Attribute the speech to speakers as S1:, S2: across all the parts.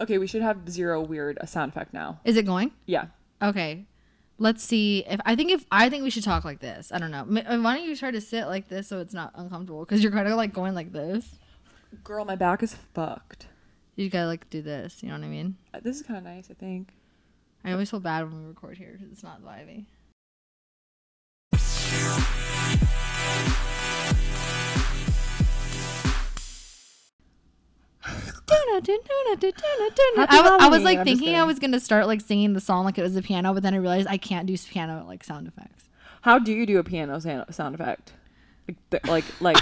S1: Okay, we should have zero weird a sound effect now.
S2: Is it going?
S1: Yeah.
S2: Okay. Let's see if I think if I think we should talk like this. I don't know. M- uh, Why don't you try to sit like this so it's not uncomfortable? Because you're kind of like going like this.
S1: Girl, my back is fucked.
S2: You gotta like do this. You know what I mean?
S1: Uh, This is kind of nice, I think.
S2: I always feel bad when we record here because it's not vibey. I was, I was
S1: Halloween.
S2: like
S1: I'm just
S2: thinking I
S1: kidding.
S2: was gonna start like singing the song like it was the piano, but then I realized I can't do s- piano like sound effects.
S1: How do you do a piano sound, sound effect? Like, th- like, like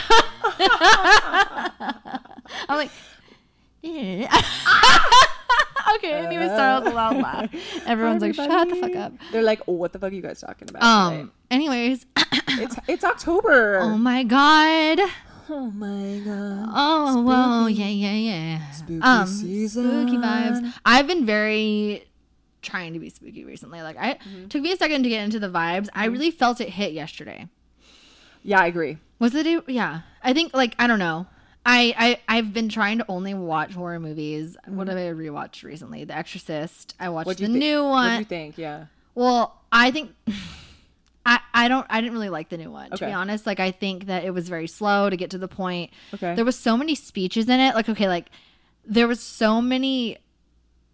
S2: I'm like, okay, I didn't even start with a loud laugh. Everyone's like, shut the fuck
S1: everybody-
S2: up.
S1: They're like, "Oh, what the fuck are you guys talking about?
S2: Um. Anyways,
S1: today?" It's it's October.
S2: oh my god.
S1: oh my god.
S2: Oh, whoa, yeah, yeah, yeah.
S1: Spooky
S2: um, Spooky vibes. I've been very trying to be spooky recently. Like I took me a second to get into the vibes. I really felt it hit yesterday.
S1: Yeah, I agree.
S2: Was it a- yeah. I think like I don't know. I, I I've been trying to only watch horror movies. What have I rewatched recently? The Exorcist. I watched
S1: What do
S2: the
S1: Mm-hmm. you thi-
S2: new
S1: What do
S2: one.
S1: you think? Yeah.
S2: Well, I think I, I don't I didn't really like the new one to be
S1: Okay.
S2: honest. Like I think that it was very slow to get to the point.
S1: Okay.
S2: There was so many speeches in it. Like okay, like there was so many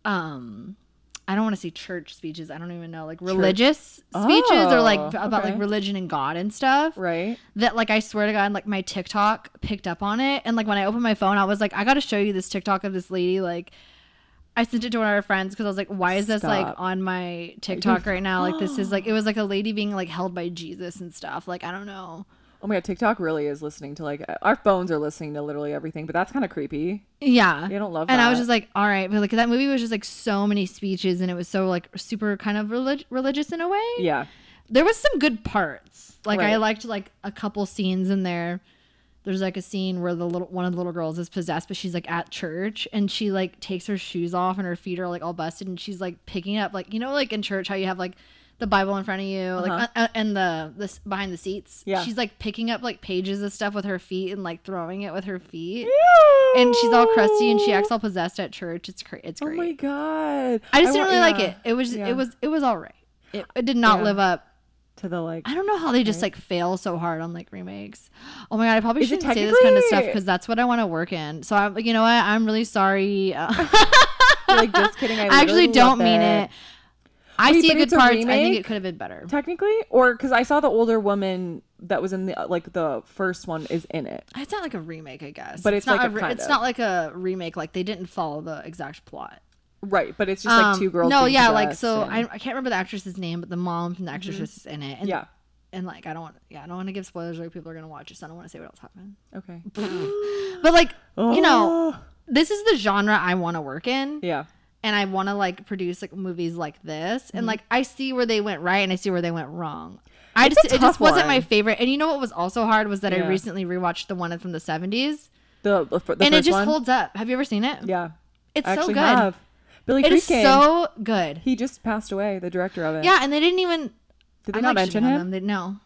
S2: um I don't want to say church speeches. I don't even know like religious speeches or like
S1: Oh,
S2: about like
S1: okay.
S2: religion and God and stuff
S1: right.
S2: that like I swear to God, like my TikTok picked up on it. And like when I opened my phone, I was like, I gotta show you this TikTok of this lady. Like I sent it to one of our friends because I was like, why is this like
S1: Stop.
S2: on my TikTok right now? Like this is like it was like a lady being like held by Jesus and stuff. Like I don't know.
S1: Oh my god, TikTok really is listening to like uh, our phones are listening to literally everything, but that's kind of creepy.
S2: Yeah.
S1: They don't love
S2: and I was
S1: that.
S2: just like, all right, but like that movie was just like so many speeches and it was so like super kind of relig- religious in a way.
S1: Yeah.
S2: there was some good parts. Like I
S1: Right.
S2: liked like a couple scenes in there. There's like a scene where the little one of the little girls is possessed, but she's like at church and she like takes her shoes off and her feet are like all busted and she's like picking up like you know like in church how you have like the Bible in front of you like uh, uh, and the this behind the seats.
S1: Uh-huh. Yeah.
S2: she's like picking up like pages of stuff with her feet and like throwing it with her feet. And she's all crusty and she acts all possessed at church. It's cra- it's
S1: Oh
S2: great.
S1: my god.
S2: I just didn't
S1: want-
S2: really like
S1: yeah,
S2: it. It was
S1: yeah.
S2: it was it was all right. It, it did not
S1: Yeah.
S2: live up
S1: to the like.
S2: I don't know how they just like fail so hard on like remakes. Oh my god, I probably
S1: Is it
S2: shouldn't say this kind of stuff
S1: technically-
S2: because that's what I want to work in. So I'm like, you know what? I'm really sorry. Uh,
S1: You're like just kidding. I,
S2: I actually
S1: literally love
S2: don't mean
S1: that.
S2: it. I
S1: Wait,
S2: see
S1: but
S2: good
S1: it's a
S2: parts. I think it
S1: remake?
S2: could have been better.
S1: Technically, or because I saw the older woman that was in the uh, like the first one is in it.
S2: It's not like a remake, I guess.
S1: But it's
S2: not
S1: like
S2: a
S1: a
S2: re-
S1: kind
S2: it's
S1: of.
S2: not like a remake. Like they didn't follow the exact plot.
S1: Right, but it's just like
S2: Um,
S1: two girls.
S2: No,
S1: being
S2: yeah, like
S1: possessed
S2: so.
S1: and- Mm-hmm.
S2: I, I can't remember the actress's name, but the mom from The Exorcist is in it. And,
S1: Yeah.
S2: and like I don't, want yeah, I don't want to give spoilers. Like people are gonna watch it, so I don't want to say what else happened.
S1: Okay.
S2: But like you know,
S1: Oh,
S2: this is the genre I want to work in.
S1: Yeah.
S2: and I want to like produce like movies like this,
S1: Mm-hmm.
S2: and like I see where they went right and I see where they went wrong. I
S1: It's
S2: just
S1: a
S2: it just
S1: tough
S2: wasn't my
S1: one.
S2: favorite. And you know what was also hard was that I
S1: Yeah.
S2: recently rewatched the one from the seventies,
S1: The the, fir- the
S2: and it
S1: first
S2: just
S1: one.
S2: holds up. Have you ever seen it?
S1: yeah.
S2: it's
S1: I
S2: so
S1: actually
S2: good.
S1: have. Billy
S2: It is
S1: Creed
S2: so good.
S1: He just passed away. The director of it.
S2: Yeah, and they didn't even.
S1: Did they
S2: I'm
S1: not
S2: like
S1: mention
S2: shitting on
S1: him?
S2: Them. They, no,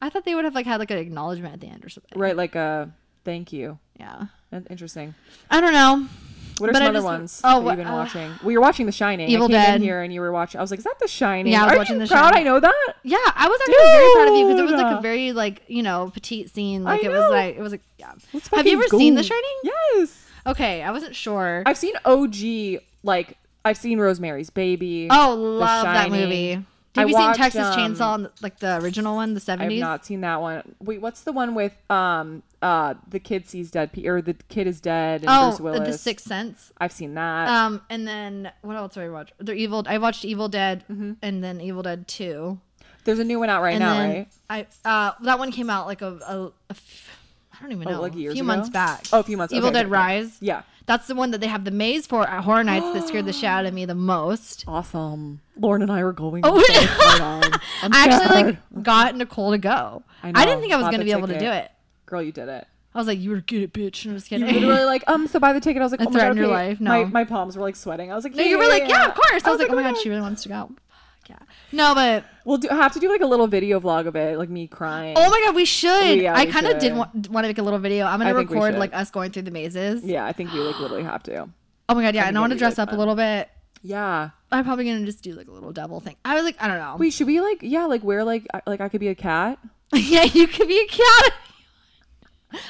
S2: I thought they would have like had like an acknowledgement at the end or something.
S1: Right, like a thank you.
S2: Yeah,
S1: That's interesting.
S2: I don't know.
S1: What are
S2: But I
S1: some other
S2: just-
S1: ones
S2: oh,
S1: that you've been
S2: uh,
S1: watching? We were watching The Shining.
S2: Evil
S1: I came
S2: Dead.
S1: in here and you were watching. I was like, "Is that The Shining?"
S2: Yeah, I was
S1: Are
S2: watching
S1: you
S2: The
S1: proud
S2: Shining.
S1: I know that.
S2: Yeah, I was actually very proud of you because it was like a
S1: Dude.
S2: very like you know petite scene.
S1: I
S2: Like it was
S1: know.
S2: like it was like yeah.
S1: Let's
S2: Have you
S1: fucking
S2: ever seen The
S1: go.
S2: Shining?
S1: Yes,
S2: Okay, I wasn't sure.
S1: I've seen OG. Like I've seen Rosemary's Baby.
S2: oh, love that
S1: Shining.
S2: movie. Have
S1: I
S2: you
S1: watched,
S2: seen Texas
S1: um,
S2: Chainsaw, and, like the original one, the
S1: I've
S2: seventies?
S1: not seen that one. Wait, what's the one with um uh the kid sees dead pe- or the kid is dead and
S2: Oh,
S1: Bruce
S2: the-
S1: Willis?
S2: the Sixth Sense.
S1: I've seen that.
S2: Um, and then what else did I watch? The Evil. I watched Evil Dead,
S1: Mm-hmm.
S2: and then Evil Dead Two,
S1: There's a new one out right
S2: and
S1: now,
S2: then
S1: right?
S2: I uh that one came out like a a, a f- I don't even know
S1: Oh, like years
S2: a few
S1: ago?
S2: months back.
S1: Oh, a few months.
S2: Evil
S1: okay,
S2: Dead
S1: okay, okay.
S2: Rise.
S1: Yeah,
S2: That's the one that they have the maze for at Horror Nights that scared the shit out of me the most.
S1: awesome. Lauren and I were going.
S2: Oh,
S1: so hard on. I'm
S2: I actually
S1: scared.
S2: like got Nicole to go. I,
S1: I
S2: didn't
S1: know.
S2: think I was
S1: Bought
S2: going to
S1: the
S2: be able to
S1: ticket.
S2: do it.
S1: girl, you did it.
S2: I was like, "You were good, at bitch," and I was
S1: You
S2: kidding.
S1: literally like, um, so buy the ticket. I was like,
S2: I
S1: oh my god,
S2: threatened
S1: okay.
S2: your life. No.
S1: My, my palms were like sweating. I was like,
S2: no, you were like, "Yeah, of course." I was, like, "Oh my god,
S1: God."
S2: she really wants to go." Fuck yeah. No, but
S1: "Mm-hmm." We'll do, have to do like a little video vlog of it, like me crying.
S2: oh my god, we should.
S1: Yeah,
S2: I
S1: we
S2: kind of did
S1: should.
S2: want, want to make a little video. I'm
S1: I
S2: gonna
S1: think we
S2: record
S1: should.
S2: like us going through the mazes.
S1: Yeah, I think we like literally have to.
S2: Oh my god, yeah,
S1: think
S2: and I want
S1: it'll
S2: to
S1: be
S2: dress
S1: really
S2: up a
S1: fun.
S2: little bit.
S1: Yeah.
S2: I'm probably gonna just do like a little devil thing. I was like, I don't know.
S1: Wait, should we like yeah, like wear like I- like I could be a cat?
S2: yeah, you could be a cat.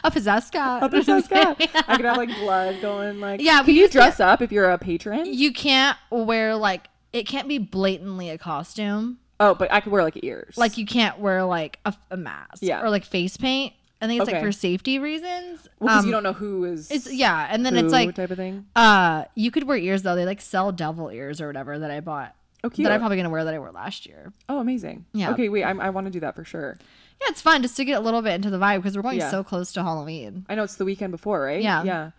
S2: a possessed cat.
S1: I'll be a cat. I could have like blood going like
S2: Yeah, we
S1: Can you
S2: used to-
S1: dress up if you're a patron?
S2: you can't wear like it can't be blatantly a costume.
S1: Oh, but I could wear like ears.
S2: Like you can't wear like a, a mask
S1: Yeah.
S2: or like face paint. I think it's
S1: Okay.
S2: like for safety reasons.
S1: because
S2: Um,
S1: you don't know who is
S2: it's yeah, and then
S1: who
S2: it's like
S1: type of thing.
S2: uh you could wear ears though. They like sell devil ears or whatever that I bought.
S1: Oh, cute.
S2: That I'm probably gonna wear that I wore last year.
S1: oh, amazing.
S2: Yeah.
S1: Okay, wait, I'm, I want to do that for sure.
S2: Yeah, it's fun just to get a little bit into the vibe because we're going
S1: Yeah.
S2: so close to Halloween.
S1: I know it's the weekend before, right?
S2: Yeah.
S1: Yeah.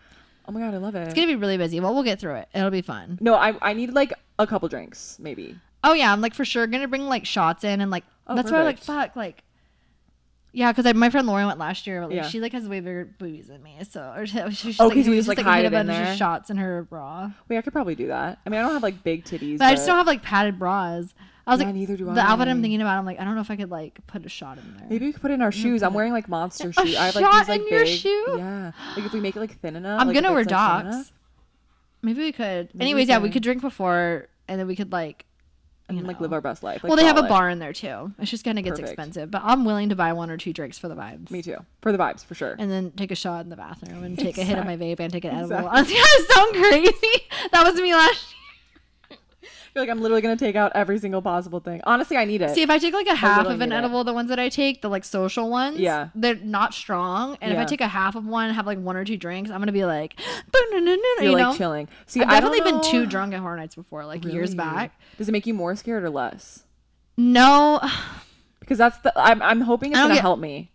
S1: Oh my god, I love it.
S2: It's gonna be really busy, but we'll get through it. It'll be fun.
S1: no, I I need like a couple drinks maybe.
S2: Oh yeah, I'm like for sure gonna bring like shots in and like
S1: Oh,
S2: that's why I'm like
S1: perfect.
S2: fuck like yeah because my friend Lauren went last year but like
S1: Yeah.
S2: she like has way bigger boobies than me so or she, she's
S1: Oh,
S2: like,
S1: 'cause you
S2: we
S1: just, like,
S2: hit
S1: hide it
S2: a
S1: in
S2: bunch of
S1: there?
S2: shots in her bra
S1: Wait, I could probably do that. I mean, I don't have like big titties.
S2: but I just don't have like padded bras. I was
S1: Yeah,
S2: like
S1: neither do
S2: the outfit
S1: I.
S2: I'm thinking about I'm like I don't know if I could like put a shot in there.
S1: Maybe we could put in our shoes. I'm wearing like monster
S2: Mm-hmm. A
S1: shoes. I have like
S2: shot
S1: these like
S2: in
S1: big.
S2: your shoe?
S1: Yeah. Like if we make it like thin enough.
S2: I'm
S1: like,
S2: gonna
S1: if
S2: wear
S1: it's, like, thin
S2: docs.
S1: enough,
S2: Maybe we could.
S1: we
S2: Anyways, yeah, we
S1: could.
S2: could drink before and then we could like.
S1: and
S2: you
S1: like
S2: know.
S1: live our best life. Like,
S2: well, they have a
S1: solid.
S2: bar in there too. It's just kind of gets
S1: Perfect.
S2: expensive, but I'm willing to buy one or two drinks for the vibes.
S1: Me too. For the vibes, for sure.
S2: and then take a shot in the bathroom and take a hit of my vape and take an edible.
S1: Exactly.
S2: Honestly, I sound crazy. That was me last year.
S1: I feel like I'm literally gonna take out every single possible thing. Honestly, I need it.
S2: See, if I take like a half
S1: literally
S2: of an
S1: need it.
S2: edible, the ones that I take, the like social ones,
S1: Yeah.
S2: they're not strong. And if
S1: Yeah.
S2: I take a half of one, have like one or two drinks, I'm gonna be like, "Ba-na-na-na-na,"
S1: You're
S2: you
S1: like
S2: know.
S1: chilling. See,
S2: I've
S1: I don't
S2: definitely been
S1: know-
S2: too drunk at Horror Nights before, like years
S1: Really?
S2: back.
S1: Does it make you more scared or less?
S2: No,
S1: Because that's the I'm I'm hoping it's
S2: I don't
S1: gonna
S2: get-
S1: help me.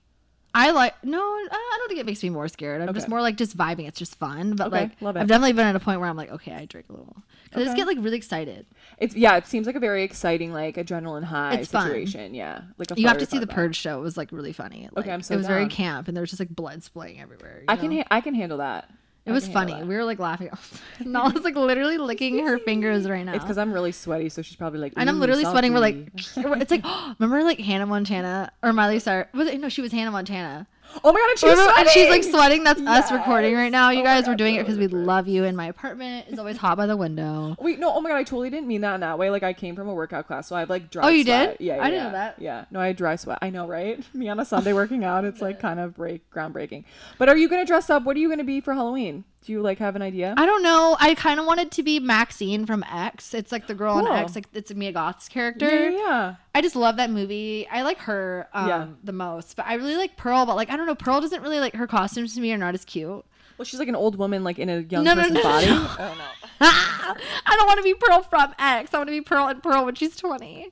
S2: I like no. I I don't think it makes me more scared. I'm just
S1: Okay.
S2: more like just vibing. It's just fun. But
S1: Okay,
S2: like,
S1: love it.
S2: I've definitely been at a point where I'm like, okay, I drink a little. 'Cause I just get like really excited.
S1: It's yeah. It seems like a very exciting like adrenaline high
S2: It's fun.
S1: situation. Yeah. Like a
S2: You have to
S1: fire
S2: see the
S1: vibe.
S2: Purge show. It was like really funny. Like,
S1: I'm so
S2: It was very
S1: down.
S2: camp, and there was just like blood splaying everywhere. you
S1: I can
S2: know?
S1: ha- I can handle that.
S2: It was funny. We were like laughing. Nala's like literally licking her fingers right now.
S1: It's because I'm really sweaty, so she's probably like.
S2: and I'm
S1: "Ooh,
S2: literally sweating. We're like,
S1: salty."
S2: it's like, remember like Hannah Montana or Miley Cyrus? Was it? No, she was Hannah Montana.
S1: Oh my god, and she's
S2: Remember- and she's like
S1: sweating!
S2: sweating. That's us recording right
S1: Yes.
S2: now. You
S1: Oh my
S2: guys,
S1: God,
S2: we're doing it
S1: totally
S2: because we love you. And my apartment is always hot by the window.
S1: Wait, no, oh my god, I totally didn't mean that in that way. Like I came from a workout class, so I have like dry.
S2: Oh, you
S1: sweat.
S2: did?
S1: Yeah, yeah,
S2: I didn't
S1: yeah.
S2: know that.
S1: Yeah, no, I had dry sweat. I know, right? Me on a Sunday working out, it's like kind of break groundbreaking. But are you gonna dress up? What are you gonna be for Halloween? Do you like have an idea?
S2: I don't know. I kind of wanted to be Maxine from X. It's like the girl
S1: Cool.
S2: on X. Like it's Mia Goth's character.
S1: yeah, yeah, yeah.
S2: I just love that movie. I like her um,
S1: Yeah.
S2: the most, but I really like Pearl. But like, I don't know, Pearl doesn't really like her costumes to me are not as cute.
S1: Well, she's like an old woman, like in a young
S2: No, no,
S1: person's
S2: no, no,
S1: body. Oh,
S2: no. Ah! I don't want to be Pearl from X. I want to be Pearl and Pearl when she's twenty.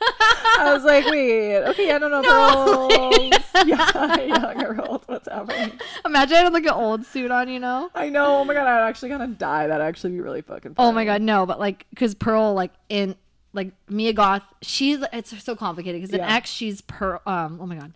S1: I was like, wait, okay, I don't know, girls. yeah, yeah, girls, what's happening?
S2: Imagine I had like an old suit on, you know?
S1: I know. Oh my god, I'd actually kind of die. That'd actually be really fucking.
S2: Oh my
S1: funny.
S2: god, no! But like, because Pearl, like in like Mia Goth, she's it's so complicated. Because in
S1: Yeah.
S2: X, she's Pearl. Um, oh my god,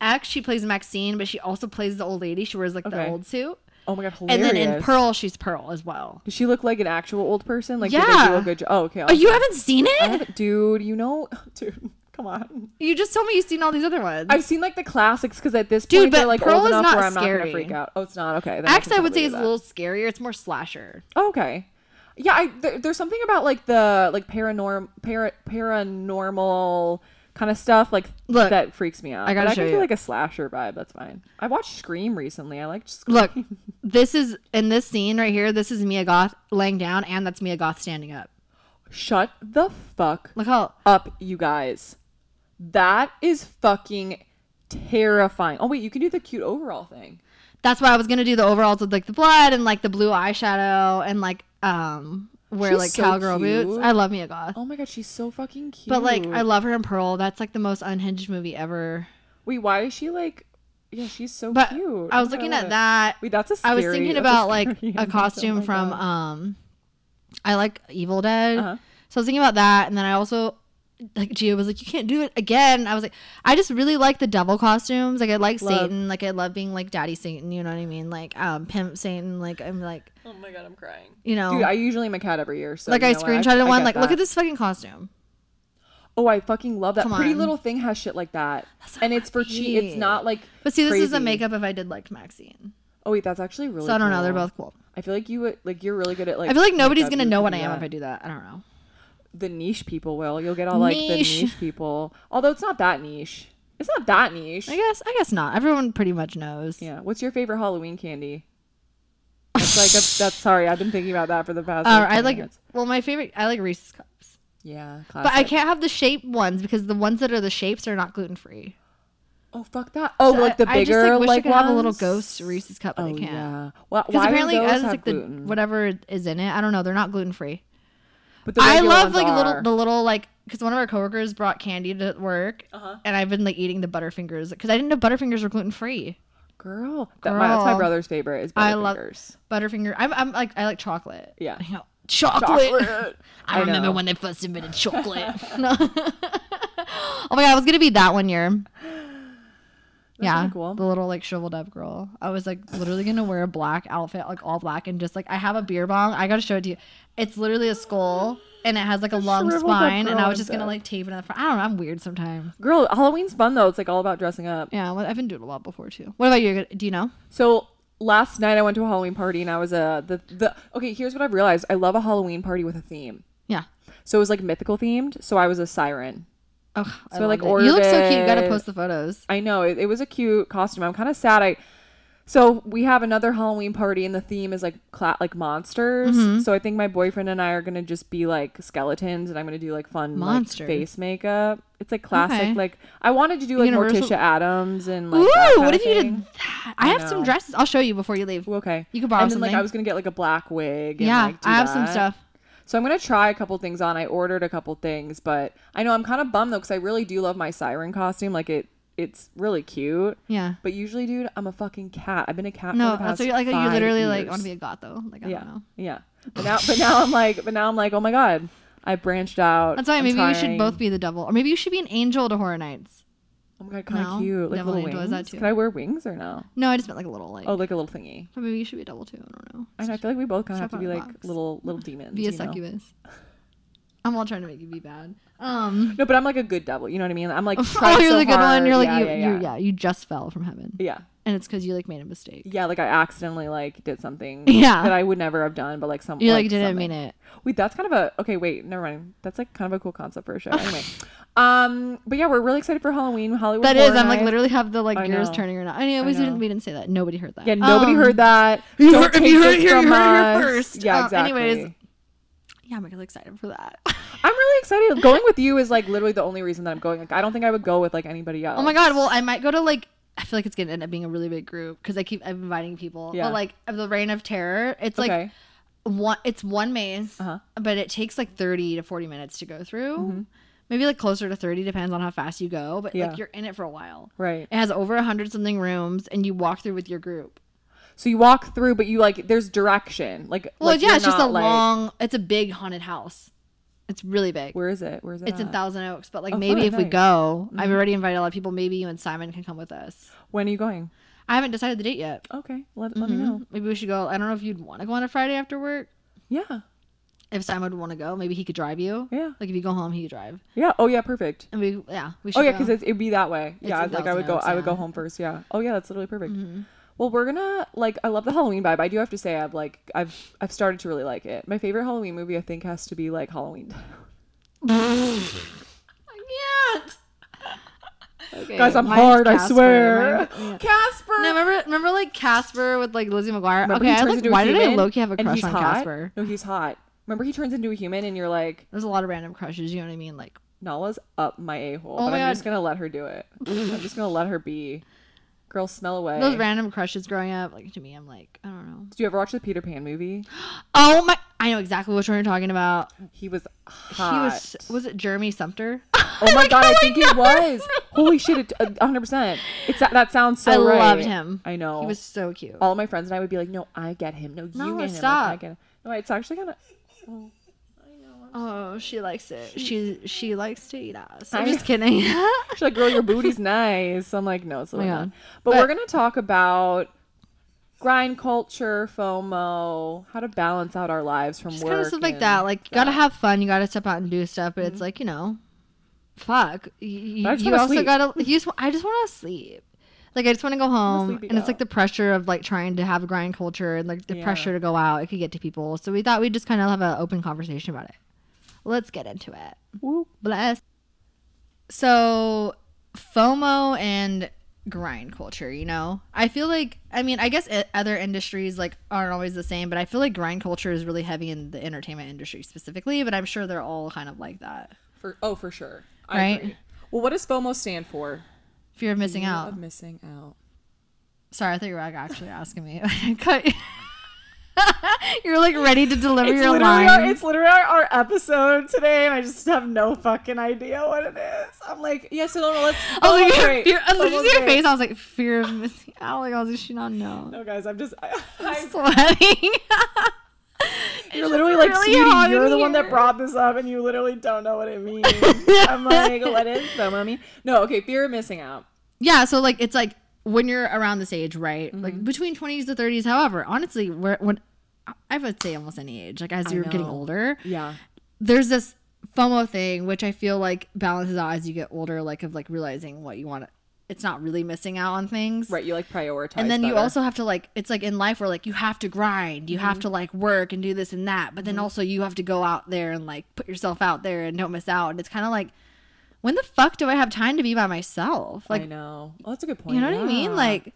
S2: X she plays Maxine, but she also plays the old lady. She wears like
S1: Okay.
S2: the old suit,
S1: Oh my god, hilarious.
S2: and then in Pearl, she's Pearl as well.
S1: Does she look like an actual old person? Like, did they do
S2: Yeah.
S1: a good job? Oh, okay.
S2: Oh, you haven't seen it?
S1: I haven't- dude, you know, dude, come on.
S2: You just told me you've seen all these other ones.
S1: I've seen like the classics because at this
S2: Dude,
S1: point they're
S2: but
S1: like
S2: Pearl
S1: old
S2: is
S1: enough
S2: not
S1: where I'm not gonna
S2: scary.
S1: freak out. Oh, it's not okay. then
S2: Axe,
S1: can
S2: I would
S1: totally
S2: say,
S1: do
S2: is a
S1: that.
S2: little scarier. It's more slasher.
S1: Oh, okay. Yeah, I there, there's something about like the like paranorm para, paranormal kind of stuff like
S2: Look,
S1: that freaks me out.
S2: I gotta
S1: but
S2: show
S1: I can do
S2: you.
S1: like a slasher vibe. That's fine. I watched Scream recently. I liked Scream.
S2: Look, this is in this scene right here. This is Mia Goth laying down, and that's Mia Goth standing up.
S1: Shut the fuck
S2: Look how
S1: up, you guys. That is fucking terrifying. Oh wait, you can do the cute overall thing.
S2: that's why I was gonna do the overalls with like the blood and like the blue eyeshadow and like um wear
S1: She's
S2: like
S1: so
S2: cowgirl boots.
S1: cute.
S2: I love Mia Goth,
S1: Oh my god, she's so fucking cute.
S2: but like I love her in Pearl. That's like the most unhinged movie ever.
S1: wait, why is she like? Yeah, she's so
S2: But
S1: cute.
S2: I was
S1: Oh my
S2: looking
S1: God.
S2: at that.
S1: Wait, that's a
S2: I
S1: scary.
S2: was thinking
S1: that's a
S2: about like
S1: scary
S2: a
S1: image. Oh
S2: costume
S1: my
S2: from
S1: God.
S2: um I like Evil Dead.
S1: Uh-huh.
S2: So I was thinking about that and then I also like Gio was like, You can't do it again. I was like, I just really like the devil costumes. Like I like
S1: Love.
S2: Satan. Like I love being like Daddy Satan, you know what I mean? Like um Pimp Satan, like I'm like
S1: Oh my god, I'm crying.
S2: you know
S1: Dude, I usually am a cat every year. So
S2: like
S1: you
S2: I
S1: know what? I,
S2: screenshotted
S1: I
S2: one,
S1: get
S2: like look
S1: that.
S2: at this fucking costume.
S1: Oh, I fucking love that.
S2: Come
S1: Pretty
S2: on.
S1: Little Thing has shit like that,
S2: That's not
S1: and it's for cheap. It's
S2: creepy.
S1: not like.
S2: But see, this is the
S1: crazy.
S2: makeup if I did like Maxine.
S1: Oh wait, that's actually really.
S2: so I don't know. They're
S1: cool.
S2: both cool.
S1: I feel like you would like you're really good at like.
S2: I feel like nobody's
S1: makeup.
S2: gonna
S1: You
S2: know
S1: can
S2: what
S1: do
S2: I am if
S1: that.
S2: I do that. I don't know.
S1: The niche people will. You'll get all like
S2: Niche.
S1: the niche people. Although it's not that niche. It's not that niche.
S2: I guess. I guess not. Everyone pretty much knows.
S1: Yeah. What's your favorite Halloween candy? That's like a, that's sorry. I've been thinking about that for the past.
S2: Uh,
S1: like,
S2: I
S1: 10
S2: like.
S1: minutes.
S2: Well, my favorite. I like Reese's cups,
S1: Yeah.
S2: but I
S1: classic.
S2: can't have the shape ones because the ones that are the shapes are not gluten free.
S1: Oh fuck that! Oh, like the
S2: I just
S1: bigger
S2: like, wish
S1: like
S2: I could have a little
S1: ones?
S2: ghost Reese's cup, but
S1: Oh
S2: I can't.
S1: yeah. Well,
S2: Because
S1: why apparently
S2: apparently,
S1: do
S2: I
S1: those
S2: was
S1: have
S2: like the
S1: gluten?
S2: whatever is in it. I don't know. They're not gluten free.
S1: but
S2: I
S1: regular
S2: love
S1: ones
S2: like little
S1: are.
S2: the little like because one of our coworkers brought candy to work,
S1: Uh-huh.
S2: and I've been like eating the Butterfingers because I didn't know Butterfingers were gluten free.
S1: girl. That, my, that's my
S2: Girl.
S1: brother's favorite. Is
S2: I love-
S1: Butterfingers.
S2: Butterfinger. I'm, I'm like I like chocolate.
S1: Yeah.
S2: You know, chocolate.
S1: Chocolate.
S2: I, remember
S1: know.
S2: when they first invented chocolate. No. oh my god, I was gonna be that one year. yeah,
S1: kinda cool.
S2: the little like shriveled up girl. I was like literally gonna wear a black outfit, like all black, and just like I have a beer bong. I gotta show it to you. It's literally a skull, and it has like a long
S1: shriveled up
S2: spine. And
S1: girl
S2: I was just
S1: outfit.
S2: gonna like tape it in the front. I don't know. I'm weird sometimes.
S1: Girl, Halloween's fun though. It's like all about dressing up.
S2: Yeah, well, I've been doing a lot before too. What about you? Do you know?
S1: So last night I went to a Halloween party and I was uh, the the okay. Here's what I've realized: I love a Halloween party with a theme.
S2: Yeah.
S1: So it was like mythical themed. So I was a siren.
S2: Oh, I
S1: So, like,
S2: loved it. you look so cute. You gotta
S1: Orbit-
S2: post the photos.
S1: I know it, it was a cute costume. I'm kind of sad. I so we have another Halloween party and the theme is like cla- like monsters.
S2: Mm-hmm.
S1: So I think my boyfriend and I are gonna just be like skeletons and I'm gonna do like fun like,
S2: Monster.
S1: face makeup. It's like classic.
S2: Okay.
S1: Like I wanted to do like
S2: Universal-
S1: Morticia Adams and like.
S2: Ooh,
S1: that
S2: what
S1: kinda
S2: if you
S1: thing.
S2: did that? I, have some
S1: know.
S2: dresses. I'll show you before you leave.
S1: Okay.
S2: You could borrow
S1: and then, Like
S2: something.
S1: I was gonna get like a black wig. and,
S2: yeah,
S1: like, do
S2: I have some
S1: that.
S2: stuff.
S1: So I'm gonna try a couple things on. I ordered a couple things, but I know I'm kind of bummed though because I really do love my siren costume. Like it, it's really cute.
S2: Yeah.
S1: But usually, dude, I'm a fucking cat. I've been a cat. for
S2: No,
S1: the
S2: that's
S1: past
S2: what you like. You
S1: five
S2: literally like
S1: years.
S2: want to be a goth though. Like I
S1: yeah,
S2: don't know.
S1: yeah. But now, but now I'm like, but now I'm like, oh my god, I branched out.
S2: That's why
S1: I'm
S2: maybe you should
S1: trying-
S2: both be the devil, or maybe you should be an angel to Horror Nights.
S1: Oh my god, kind of
S2: No,
S1: cute. Like
S2: Devil
S1: little
S2: Angel
S1: wings.
S2: is that too?
S1: Can I wear wings or no?
S2: No, I just meant like a little like.
S1: Oh, like a little thingy.
S2: But maybe you should be a devil too. I don't know.
S1: I, know, I feel like we both kind of have
S2: Strap
S1: to
S2: on
S1: be
S2: a
S1: like
S2: box.
S1: little little demons.
S2: Be a
S1: you know?
S2: succubus. I'm all trying to make you be bad. Um.
S1: No, but I'm like a good devil. You know what I mean? I'm like,
S2: oh,
S1: tried
S2: you're
S1: so
S2: the good one.
S1: hard.
S2: You're like
S1: yeah,
S2: you.
S1: yeah,
S2: Yeah,
S1: yeah.
S2: you yeah. You just fell from heaven,
S1: Yeah.
S2: and it's because you like made a mistake.
S1: Yeah, like I accidentally like did something
S2: Yeah.
S1: that I would never have done, but like some
S2: You like,
S1: like,
S2: didn't
S1: something.
S2: mean it.
S1: Wait, that's kind of a okay. Wait, never mind. That's like kind of a cool concept for a show. Anyway, um, but yeah, we're really excited for Halloween. Hollywood.
S2: That is,
S1: Horror
S2: I'm like
S1: Nights.
S2: literally have the like
S1: I
S2: gears
S1: know.
S2: turning or not. Anyways, we
S1: know.
S2: didn't we didn't say that. Nobody heard that.
S1: Yeah, nobody
S2: Um,
S1: heard that.
S2: you
S1: Don't
S2: heard- if
S1: take
S2: you heard
S1: this
S2: it here, you
S1: from
S2: heard it here
S1: us.
S2: first.
S1: Yeah,
S2: Um,
S1: exactly.
S2: anyways. Yeah, I'm like excited for that.
S1: I'm really excited. Going with you is like literally the only reason that I'm going. Like, I don't think I would go with like anybody else.
S2: oh my god. Well, I might go to like. I feel like it's gonna end up being a really big group because I keep I'm inviting people.
S1: Yeah.
S2: But like of the Reign of Terror, it's like
S1: Okay.
S2: one. It's one maze,
S1: Uh-huh. Mm-hmm.
S2: but it takes like 30 to 40 minutes to go through. Maybe like closer to 30 depends on how fast you go. But
S1: Yeah.
S2: like you're in it for a while.
S1: Right.
S2: It has over a hundred something rooms, and you walk through with your group.
S1: So you walk through, but you like there's direction. Like,
S2: Well,
S1: like,
S2: yeah,
S1: you're
S2: it's just a
S1: not, like-
S2: long. It's a big haunted house. It's really big.
S1: Where is it? Where is it?
S2: It's in
S1: at?
S2: Thousand Oaks, but like
S1: Oh,
S2: maybe
S1: fun,
S2: if
S1: nice.
S2: we
S1: Mm-hmm.
S2: go, I've already invited a lot of people. Maybe you and Simon can come with us.
S1: when are you going?
S2: I haven't decided the date yet.
S1: Okay, let, let me know.
S2: Maybe we should go. I don't know if you'd want to go on a Friday after work.
S1: Yeah,
S2: If Simon would want to go, maybe he could drive you.
S1: Yeah.
S2: Like if you go home, he could drive.
S1: yeah. Oh yeah, perfect.
S2: And we, yeah, we should.
S1: Oh yeah,
S2: go.
S1: because it'd be that way. yeah,
S2: in
S1: like I would
S2: Thousand
S1: go.
S2: Oaks,
S1: I would go
S2: yeah. Mm-hmm.
S1: home first. Yeah. Oh yeah, that's literally perfect. Well, we're gonna like. I love the Halloween vibe. I do have to say, I've like, I've, I've started to really like it. My favorite Halloween movie, I think, has to be like Halloween.
S2: I can't. Okay,
S1: Guys, I'm
S2: mine's
S1: hard. I
S2: Casper.
S1: swear.
S2: Mine's- yeah.
S1: Casper.
S2: No, remember, remember, like Casper with like Lizzie McGuire.
S1: Remember
S2: okay,
S1: he
S2: I,
S1: turns
S2: like,
S1: into a
S2: why did I
S1: human
S2: low-key have a
S1: and
S2: crush
S1: he's
S2: on
S1: hot?
S2: Casper?
S1: No, he's hot. Remember, he turns into a human, and you're like,
S2: There's a lot of random crushes. You know what I mean? Like,
S1: Nala's up my a hole.
S2: Oh
S1: but
S2: my
S1: I'm
S2: God.
S1: just gonna let her do it. I'm just gonna let her be. Girl, smell away.
S2: those random crushes growing up like to me i'm like i don't know
S1: Did you ever watch the Peter Pan movie?
S2: oh my i know exactly which one you're talking about
S1: He was
S2: he
S1: hot.
S2: was was it jeremy sumter
S1: Oh my god, I think it was. Holy shit, it, uh, 100%. It's that, that sounds so
S2: i
S1: right.
S2: loved him
S1: I know.
S2: he was so cute
S1: All my friends and I would be like, "No, I get him. No, you
S2: No,
S1: get him.
S2: stop.
S1: Like, I get him." No, it's actually kind of
S2: oh she likes it she she likes to eat ass i'm
S1: I-
S2: just kidding
S1: She's like, "Girl, your booty's nice." I'm like, "No, it's really
S2: my
S1: not."
S2: God.
S1: But,
S2: But-
S1: we're gonna talk about grind culture, FOMO, how to balance out our lives from
S2: just
S1: work,
S2: kind of stuff like
S1: and-
S2: that Mm-hmm. like you gotta have fun you gotta step out and do stuff but it's like you know fuck you,
S1: I just
S2: you
S1: wanna
S2: also
S1: sleep.
S2: gotta you just, i just want to sleep Like I just want to go home,
S1: sleepy
S2: and it's
S1: gal.
S2: like the pressure of like trying to have a grind culture and like the
S1: Yeah.
S2: pressure to go out. It could get to people, so we thought we'd just kind of have an open conversation about it. Let's get into it.
S1: Woo.
S2: Bless. So FOMO and grind culture, you know? I feel like I mean, I guess i- other industries like aren't always the same, but I feel like grind culture is really heavy in the entertainment industry specifically, but I'm sure they're all kind of like that.
S1: For oh, for sure. I
S2: Right?
S1: agree. Well, what does FOMO stand for?
S2: Fear of missing
S1: Fear
S2: out.
S1: Of missing out.
S2: Sorry, I thought you were like, actually asking me. Cut. You're like ready to deliver your line.
S1: our, it's literally our, our episode today, and I just have no fucking idea what it is. I'm like, yes, no, no, let's.
S2: I was like,
S1: FOMO's
S2: fear-
S1: great.
S2: fear- I was
S1: FOMO's
S2: just Oh your
S1: great.
S2: face. I was like, fear of missing out. Like, I was like, she not know.
S1: No, guys, I'm just. I,
S2: I'm
S1: I,
S2: sweating.
S1: you're literally like, sweetie, you're the one that brought this up, and you literally don't know what it means. I'm like, what is FOMO mean? No, okay, fear of missing out.
S2: Yeah, so like it's like when you're around this age, right?
S1: Mm-hmm.
S2: Like between 20s to 30s, however, honestly, where when I would say almost any age, like as you're getting
S1: know.
S2: older,
S1: Yeah.
S2: there's this FOMO thing which I feel like balances out as you get older, like of like realizing what you want. It's not really missing out on things.
S1: Right, you like prioritize.
S2: And then you
S1: better.
S2: also have to like it's like in life where like you have to grind, you
S1: Mm-hmm.
S2: have to like work and do this and that, but then also you have to go out there and like put yourself out there and don't miss out. And it's kind of like when the fuck do I have time to be by myself? Like
S1: I know. Well, that's a good point.
S2: you know what I mean?
S1: yeah.
S2: Like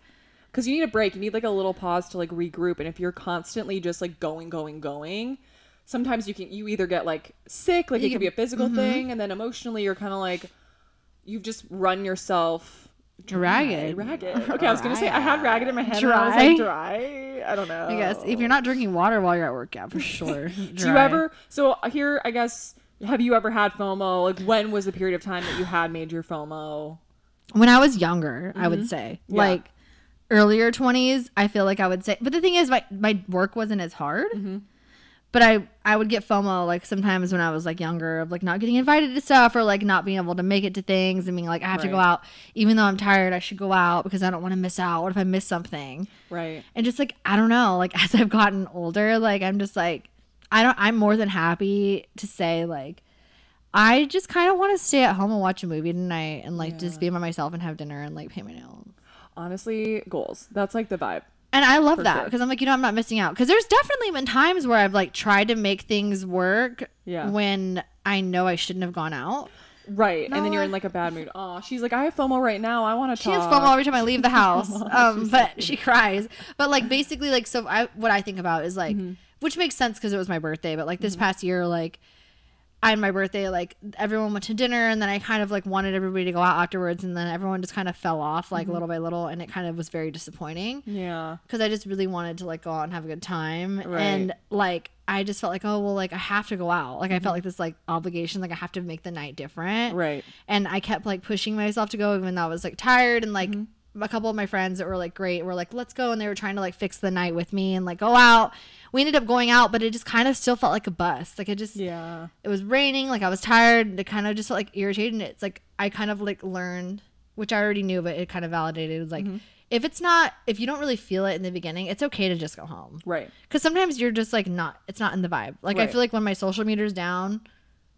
S1: because you need a break. You need like a little pause to like regroup. And if you're constantly just like going, going, going, sometimes you can you either get like sick, like it could be a physical
S2: Mm-hmm.
S1: thing, and then emotionally you're kind of like you've just run yourself
S2: Ragged.
S1: Ragged. Okay, I was gonna say I had ragged in my head. And I was like dry. I don't know.
S2: I guess if you're not drinking water while you're at work, yeah, for sure.
S1: Do you ever? So uh, here, I guess. Have you ever had FOMO? Like, when was the period of time that you had major FOMO?
S2: When I was younger, I would say
S1: Mm-hmm. Yeah.
S2: like earlier 20s, I feel like I would say. But the thing is, my my work wasn't as hard.
S1: Mm-hmm.
S2: But I, I would get FOMO like sometimes when I was like younger of like not getting invited to stuff or like not being able to make it to things and being like I have to go
S1: Right.
S2: out even though I'm tired I should go out because I don't want to miss out what if I miss something
S1: Right.
S2: and just like i don't know like as i've gotten older like i'm just like i don't i'm more than happy to say like i just kind of want to stay at home and watch a movie tonight and like just be by myself and have dinner and like paint my nails
S1: Honestly, goals. That's like the vibe.
S2: and i love that
S1: sure.
S2: because i'm like you know i'm not missing out because there's definitely been times where i've like tried to make things work
S1: Yeah.
S2: when i know i shouldn't have gone out
S1: Right. and then you're
S2: No,
S1: in like a bad mood. Oh, she's like, I have FOMO right now. I want to
S2: She
S1: talk.
S2: has FOMO every time I leave the house. um, but she cries. But like basically, like so, I what I think about is like, which makes sense because it was my birthday. But like this past year, like I had my birthday, like everyone went to dinner, and then I kind of like wanted everybody to go out afterwards, and then everyone just kind of fell off like little by little, and it kind of was very disappointing
S1: Mm. Yeah.
S2: because I just really wanted to like go out and have a good time.
S1: Right.
S2: And like I just felt like, oh well, like I have to go out. Like I felt like this like obligation, like I have to make the night different.
S1: Right.
S2: And I kept like pushing myself to go even though I was like tired and like a couple of my friends that were like great were like, let's go and they were trying to like fix the night with me and like go out. We ended up going out, but it just kind of still felt like a bust. Like it just
S1: Yeah.
S2: it was raining like i was tired and it kind of just felt like irritated and it's like i kind of like learned which i already knew but it kind of validated it was like if it's not if you don't really feel it in the beginning it's okay to just go home
S1: Right.
S2: because sometimes you're just like not it's not in the vibe like i
S1: Right.
S2: feel like when my social meter's down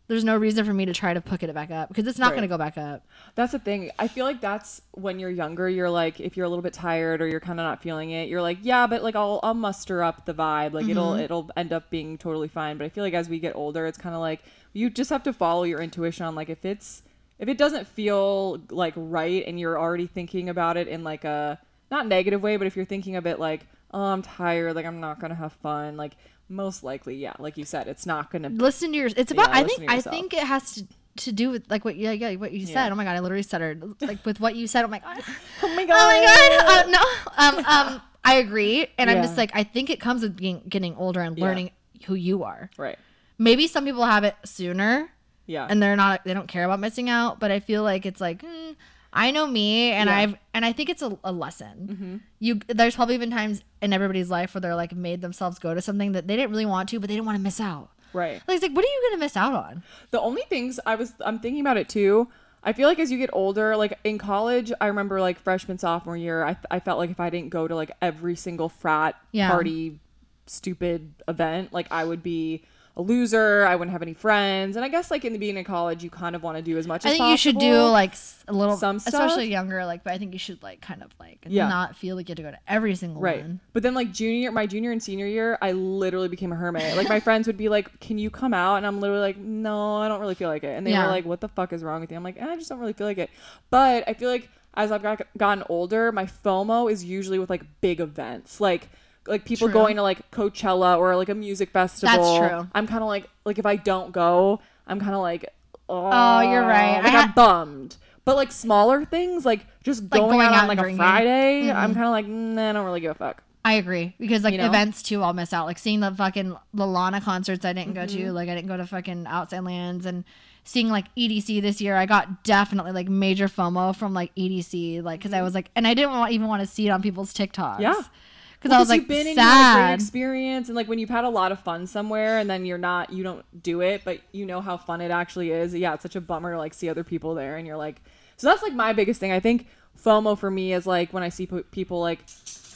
S2: there's no reason for me to try to pick it back up because it's not
S1: Right.
S2: going to go back up
S1: That's the thing. I feel like that's when you're younger, you're like, if you're a little bit tired or you're kind of not feeling it, you're like, yeah, but like I'll, I'll muster up the vibe. Like it'll, it'll end up being totally fine. But I feel like as we get older, it's kind of like you just have to follow your intuition on like if it's, if it doesn't feel like right and you're already thinking about it in like a, not negative way, but if you're thinking of it like, oh, I'm tired, like I'm not going to have fun, like most likely, yeah, like you said, it's not going to,
S2: listen to your it's about i
S1: listen
S2: think
S1: to
S2: i
S1: yourself.
S2: think it has to to do with like what yeah yeah what you said oh my god i literally stuttered like with what you said oh my god
S1: oh my
S2: Oh my god. Uh, no. Um um I agree and I'm
S1: Yeah.
S2: just like I think it comes with being getting older and learning who you are.
S1: Right.
S2: Maybe some people have it sooner
S1: Yeah.
S2: and they're not they don't care about missing out, but I feel like it's like mm, I know me and
S1: Yeah. Mm-hmm.
S2: I've and I think it's a, a lesson. You there's probably been times in everybody's life where they're like made themselves go to something that they didn't really want to, but they didn't want to miss out.
S1: right.
S2: Like it's like what are you going to miss out on?
S1: The only things I was I'm thinking about it too. I feel like as you get older, like in college, I remember like freshman sophomore year, I, I felt like if I didn't go to like every single frat
S2: Yeah.
S1: party, stupid event, like I would be a loser. I wouldn't have any friends. And I guess like in the beginning of college, you kind of want to do as much.
S2: I
S1: as
S2: think you should do
S1: possible.
S2: like s- a little,
S1: Some stuff?
S2: especially younger, like. But I think you should like kind of like
S1: Yeah.
S2: not feel like you have to go to every single
S1: Right.
S2: one.
S1: But then like junior my junior and senior year, I literally became a hermit. Like my friends would be like, "Can you come out?" and I'm literally like, "No, I don't really feel like it." And they
S2: Yeah.
S1: were like, "What the fuck is wrong with you?" I'm like, eh, "I just don't really feel like it." But I feel like as I've got, gotten older, my FOMO is usually with like big events. Like like people
S2: True.
S1: going to like Coachella or like a music festival.
S2: true.
S1: I'm kind of like like if I don't go, I'm kind of like oh,
S2: you're right.
S1: Like
S2: I
S1: I'm
S2: ha-
S1: bummed. But like smaller things, like just going,
S2: going
S1: out,
S2: out
S1: on like
S2: and
S1: a
S2: drinking. Mm-hmm.
S1: Friday, I'm kind of like, nah, I don't really give a fuck.
S2: I agree because like
S1: You know?
S2: events too, I'll miss out. Like seeing the fucking the Lana concerts I didn't go
S1: Mm-hmm.
S2: to. Like I didn't go to fucking Outside Lands and seeing like EDC this year. I got definitely like major FOMO from like EDC, like because I was like, and I didn't want, even want to see it on people's TikToks.
S1: Mm-hmm. Yeah.
S2: because I
S1: Because
S2: was like
S1: you've been in a great
S2: sad.
S1: experience, and like when you've had a lot of fun somewhere, and then you're not, you don't do it, but you know how fun it actually is. Yeah, it's such a bummer to like see other people there, and you're like, so that's like my biggest thing. I think FOMO for me is like when I see p- people like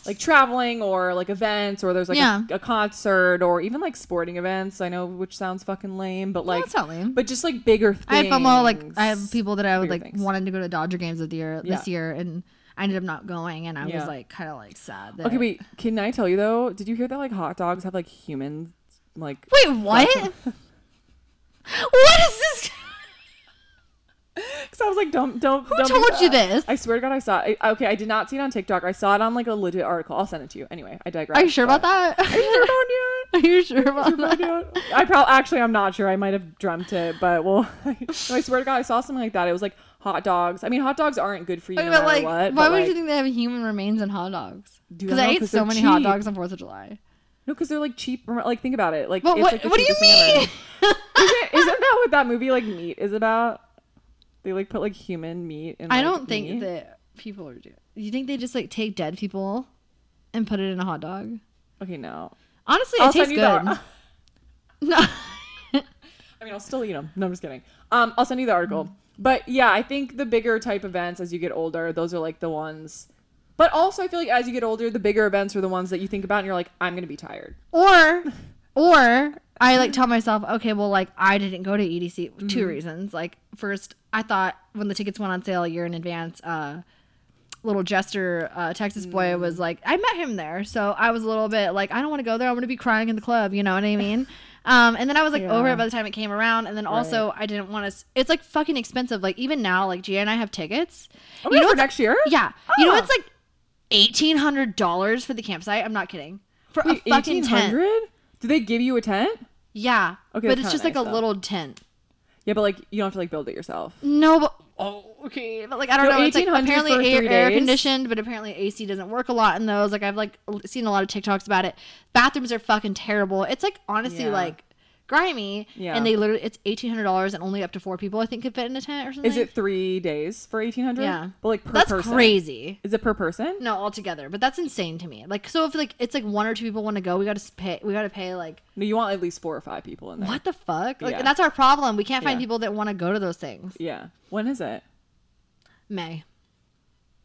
S1: like traveling or like events or there's like
S2: Yeah.
S1: a, a concert or even like sporting events. I know which sounds fucking lame, but like
S2: it's not lame.
S1: But just like bigger things.
S2: I have FOMO. Like I have people that I would
S1: Bigger
S2: like
S1: things.
S2: wanted to go to Dodger games with year this
S1: Yeah.
S2: year, and I ended up not going, and I was
S1: Yeah.
S2: like kind of like sad. That
S1: Okay, wait. Can I tell you though? Did you hear that like hot dogs have like human like
S2: Wait, what? what is this?
S1: Because I was like, don't, don't,
S2: Who
S1: don't do
S2: told you
S1: that.
S2: this?
S1: I swear to God, I saw. It. I- okay, I did not see it on TikTok. I saw it on like a legit article. I'll send it to you. Anyway, I digress.
S2: Are you sure about that? Are you
S1: Sure about you?
S2: Are you sure about that?
S1: I probably actually I'm not sure. I might have dreamt it, but well, I swear to God, I saw something like that. It was like hot dogs. I mean, hot dogs aren't good for you,
S2: Okay,
S1: no
S2: but
S1: matter
S2: like,
S1: what.
S2: why
S1: but,
S2: would
S1: like,
S2: you think they have human remains in hot dogs?
S1: Do
S2: Because
S1: I
S2: I
S1: know?
S2: ate
S1: 'Cause
S2: so
S1: they're
S2: many hot
S1: cheap.
S2: dogs on Fourth of July.
S1: No, because they're like cheap. remember- Like think about it. Like,
S2: But
S1: it's,
S2: what?
S1: like, the
S2: what do you
S1: cheapest thing ever.
S2: mean?
S1: Isn't, isn't that what that movie like Meat is about? They like put like human meat in.
S2: I
S1: like,
S2: don't think
S1: meat.
S2: that people are doing. You think they just like take dead people and put it in a hot dog?
S1: Okay, no.
S2: Honestly,
S1: I'll
S2: it
S1: send
S2: tastes
S1: you
S2: good.
S1: the.
S2: no.
S1: I mean, I'll still eat them. No, I'm just kidding. Um, I'll send you the article.
S2: Mm.
S1: But yeah, I think the bigger type events as you get older, those are like the ones. But also, I feel like as you get older, the bigger events are the ones that you think about and you're like, I'm gonna be tired.
S2: or or I
S1: Mm.
S2: like tell myself, okay, well, like I didn't go to E EDC.
S1: Mm-hmm.
S2: Two reasons. Like first, I thought when the tickets went on sale a year in advance, uh, little Jester, uh, Texas boy,
S1: Mm.
S2: was like, I met him there, so I was a little bit like, I don't want to go there. I'm gonna be crying in the club. You know what I mean? Um, and then I was like over
S1: Yeah.
S2: it by the time it came around, and then also I didn't want to. It's like fucking expensive. Like even now, like Gia and I have tickets.
S1: Oh,
S2: You know
S1: for
S2: what's
S1: next year?
S2: yeah. You know,
S1: Oh.
S2: it's like eighteen hundred dollars for the campsite. I'm not kidding. For a fucking
S1: Eighteen
S2: tent.
S1: hundred? Do they give you a tent?
S2: Yeah.
S1: Okay,
S2: but
S1: that's
S2: it's just
S1: kinda
S2: like
S1: nice,
S2: a
S1: though.
S2: little tent.
S1: Yeah, but like you don't have to like build it yourself.
S2: No, but oh, okay. But like I don't
S1: No,
S2: know. It's like
S1: 1800
S2: apparently
S1: for
S2: air,
S1: three
S2: air
S1: days?
S2: conditioned, but apparently AC doesn't work a lot in those. Like I've like l- seen a lot of TikToks about it. Bathrooms are fucking terrible. It's like honestly
S1: Yeah.
S2: like grimy.
S1: Yeah.
S2: And they literally it's eighteen hundred dollars and only up to four people I think could fit in a tent or something.
S1: Is it three days for eighteen hundred?
S2: Yeah.
S1: But like per
S2: That's
S1: person.
S2: crazy.
S1: Is it per person?
S2: No, altogether. But that's insane to me. Like so if like it's like one or two people want to go, we gotta s- pay we gotta pay like
S1: No, you want at least four or five people in there.
S2: what the fuck? Like
S1: Yeah.
S2: and that's our problem. We can't find
S1: Yeah.
S2: people that want to go to those things.
S1: Yeah. When is it?
S2: May.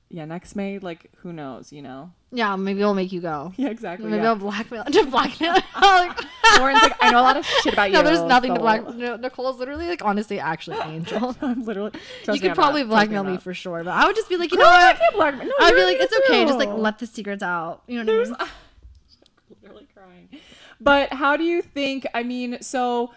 S1: Yeah, next May. Like who knows? You know.
S2: Yeah, maybe I'll make you go.
S1: Yeah, exactly.
S2: Maybe
S1: yeah.
S2: I'll blackmail to blackmail. like,
S1: Lauren's like, I know a lot of shit about you.
S2: no, there's nothing to
S1: so-
S2: black. No, Nicole's literally like honestly actually an angel.
S1: I'm literally.
S2: you
S1: trust
S2: could
S1: I'm
S2: probably
S1: not. Trust
S2: blackmail
S1: I'm
S2: me
S1: not.
S2: for sure, but I would just be like, you
S1: Girl,
S2: know
S1: I
S2: what?
S1: can't blackmail. No,
S2: I'd be
S1: you're
S2: like, it's okay, just like
S1: real.
S2: let the secrets out. You know what
S1: There's.
S2: I mean?
S1: I'm literally crying. But how do you think? I mean, so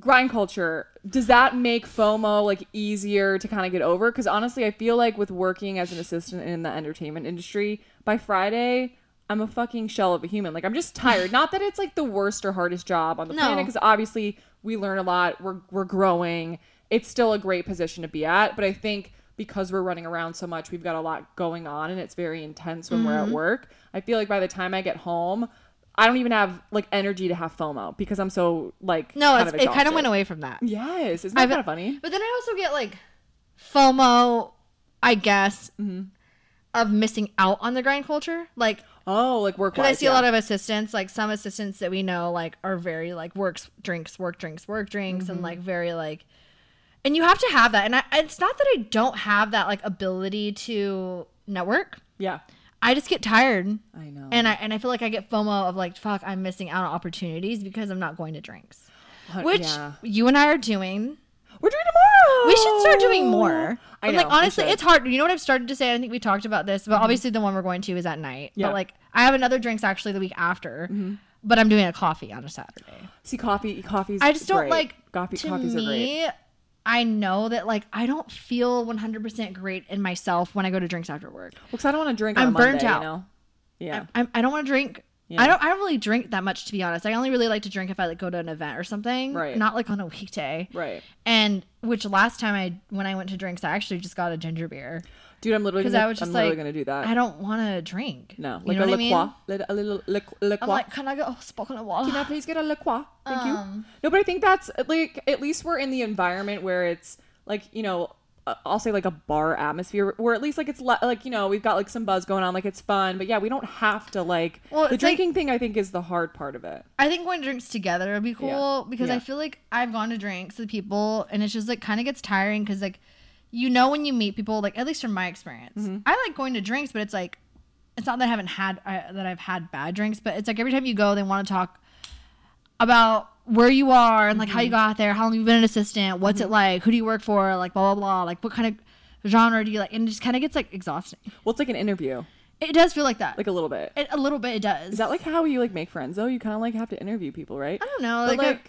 S1: grind culture does that make FOMO like easier to kind of get over? Because honestly, I feel like with working as an assistant in the entertainment industry, by Friday. I'm a fucking shell of a human. Like I'm just tired. Not that it's like the worst or hardest job on the
S2: No.
S1: planet, because obviously we learn a lot. We're we're growing. It's still a great position to be at, but I think because we're running around so much, we've got a lot going on and it's very intense when we're at work. I feel like by the time I get home, I don't even have like energy to have FOMO because I'm so like
S2: No,
S1: kind
S2: it's, it kind of went
S1: exhausted.
S2: away from that.
S1: Yes, isn't that
S2: I've-
S1: kind of funny?
S2: But then I also get like FOMO, I guess,
S1: Mm-hmm.
S2: of missing out on the grind culture. Like
S1: Oh, like work.
S2: But I see a lot of assistants, like some assistants that we know, like are very like works, drinks, work, drinks, work, drinks,
S1: Mm-hmm.
S2: and like very like, and you have to have that. And I, it's not that I don't have that like ability to network.
S1: yeah.
S2: I just get tired,
S1: I know.
S2: and I and I feel like I get FOMO of like, fuck, I'm missing out on opportunities because I'm not going to drinks.
S1: Hun- Uh,
S2: which
S1: yeah.
S2: you and I are doing.
S1: We're doing tomorrow.
S2: We should start doing more.
S1: I
S2: But,
S1: know,
S2: like
S1: we
S2: honestly,
S1: should. Mm-hmm.
S2: it's hard. You know what I've started to say? I think we talked about this, but obviously the one we're going to is at night.
S1: Yeah. Mm-hmm.
S2: But like I have another drinks actually the week after. But I'm doing a coffee on a Saturday.
S1: See, coffee. Coffee's.
S2: I just don't
S1: great.
S2: like
S1: coffee.
S2: To
S1: coffees
S2: me,
S1: are great.
S2: I know that like I don't feel 100% great in myself when I go to drinks after work.
S1: Because I don't want to drink. On
S2: I'm
S1: a Monday,
S2: burnt out.
S1: You know? Yeah.
S2: I, I don't want to drink.
S1: Yeah.
S2: I don't. I don't really drink that much to be honest. I only really like to drink if I like go to an event or something.
S1: Right.
S2: Not like on a weekday.
S1: right.
S2: And which last time I when I went to drinks, I actually just got a ginger beer.
S1: Dude, I'm literally.
S2: Because
S1: Gonna,
S2: I was just
S1: I'm
S2: like,
S1: literally gonna do that.
S2: I don't want to drink.
S1: no,
S2: you
S1: like
S2: know
S1: a
S2: what I
S1: LaCroix,
S2: mean.
S1: lit- a little La- La- LaCroix.
S2: I'm like, can I get a sparkling water?
S1: Can I please get a La Croix? Thank
S2: Um,
S1: you. No, but I think that's like at least we're in the environment where it's like you know uh, I'll say like a bar atmosphere, where at least like it's le- like you know we've got like some buzz going on, like it's fun. But yeah, we don't have to like
S2: Well,
S1: the
S2: it's like-
S1: drinking thing. I think is the hard part of it.
S2: I think going to drinks together would be cool because
S1: Yeah.
S2: I feel like I've gone to drinks with people and it's just like kind of gets tiring because like you know when you meet people like at least from my experience
S1: Mm-hmm.
S2: I like going to drinks but it's like it's not that I haven't had I, that I've had bad drinks but it's like every time you go they want to talk about where you are and like how
S1: Mm-hmm.
S2: you got there how long you've been an assistant what's it like who do you work for like blah blah blah like what kind of genre do you like and it just kind of gets like exhausting
S1: Well, it's like an interview,
S2: it does feel like that
S1: like a little bit.
S2: it, a little bit it does
S1: Is that like how you like make friends though? You kind of like have to interview people, right?
S2: I don't know
S1: But
S2: like I-
S1: like,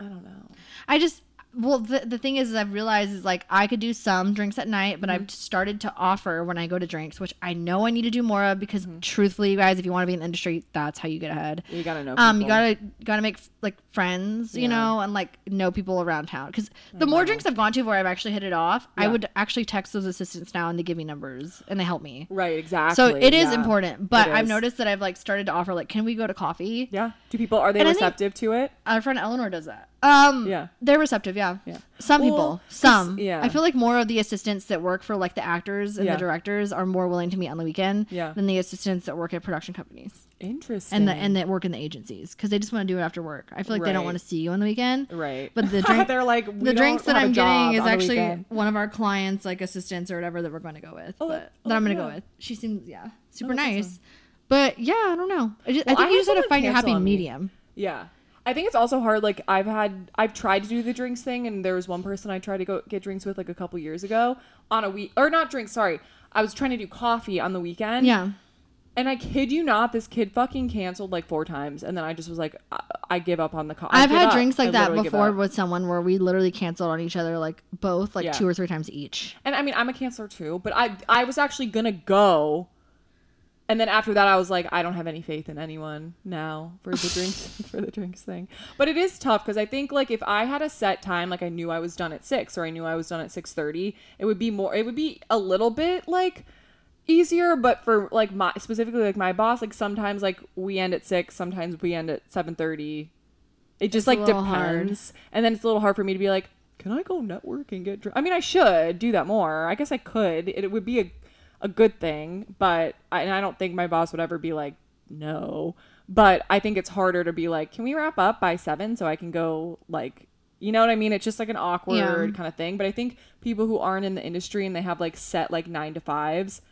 S1: I don't know.
S2: I just well the, the thing is, is I've realized is like I could do some drinks at night, but
S1: Mm-hmm.
S2: I've started to offer when I go to drinks, which I know I need to do more of because truthfully, you guys, if you want to be in the industry, that's how you get ahead.
S1: Mm-hmm. You gotta know.
S2: Um, you
S1: people.
S2: gotta gotta make like friends,
S1: Yeah.
S2: you know, and like know people around town. Because the more drinks I've gone to where I've actually hit it off, I
S1: Yeah.
S2: would actually text those assistants now and they give me numbers and they help me.
S1: right exactly.
S2: So it is
S1: yeah.
S2: important, but
S1: It
S2: I've
S1: is.
S2: noticed that I've like started to offer like, can we go to coffee?
S1: Yeah. Do people are they
S2: And I think-
S1: receptive to it?
S2: Our friend Eleanor does that. Um,
S1: Yeah.
S2: they're receptive. Yeah,
S1: Yeah.
S2: Some
S1: Well,
S2: people,
S1: 'cause-
S2: some.
S1: yeah.
S2: I feel like more of the assistants that work for like the actors and
S1: Yeah.
S2: the directors are more willing to meet on the weekend
S1: Yeah.
S2: than the assistants that work at production companies
S1: Interesting.
S2: and the and that work in the agencies because they just want to do it after work. I feel like they don't
S1: Right.
S2: want to see you on the weekend.
S1: Right.
S2: But the drink-
S1: they're like "We
S2: the
S1: don't
S2: drinks that
S1: have a
S2: I'm
S1: job
S2: getting is
S1: on the
S2: actually
S1: weekend."
S2: one of our clients, like assistants or whatever that we're going to go with.
S1: Oh,
S2: but,
S1: oh,
S2: that I'm going to
S1: yeah. Oh,
S2: go with. She seems yeah, super
S1: that's
S2: nice. But yeah, I don't know. I, just, I
S1: Well,
S2: think
S1: I
S2: you
S1: had
S2: just got to
S1: someone
S2: find your
S1: cancel
S2: happy
S1: on me.
S2: medium.
S1: Yeah. I think it's also hard. Like I've had, I've tried to do the drinks thing, and there was one person I tried to go get drinks with like a couple years ago on a week, or not drinks. Sorry, I was trying to do coffee on the weekend.
S2: Yeah.
S1: And I kid you not, this kid fucking canceled like four times, and then I just was like, I, I give up on the coffee.
S2: I've had drinks like that before with someone where we literally canceled on each other like both like
S1: Yeah.
S2: two or three times each.
S1: and I mean, I'm a canceler too, but I I was actually gonna go, and then after that, I was like, I don't have any faith in anyone now for the drinks for the drinks thing. But it is tough because I think like if I had a set time, like I knew I was done at six or I knew I was done at six thirty, it would be more. It would be a little bit like easier but for like my specifically like my boss like sometimes like we end at six sometimes we end at 7.30 it just
S2: a
S1: like
S2: little
S1: depends
S2: hard.
S1: and then it's a little hard for me to be like can i go network and get drunk i mean i should do that more i guess i could it, it would be a, a good thing but I, and I don't think my boss would ever be like no but i think it's harder to be like can we wrap up by seven so i can go like you know what i mean it's just like an awkward kind of thing but i think people who aren't in the industry and they have like set like nine to fives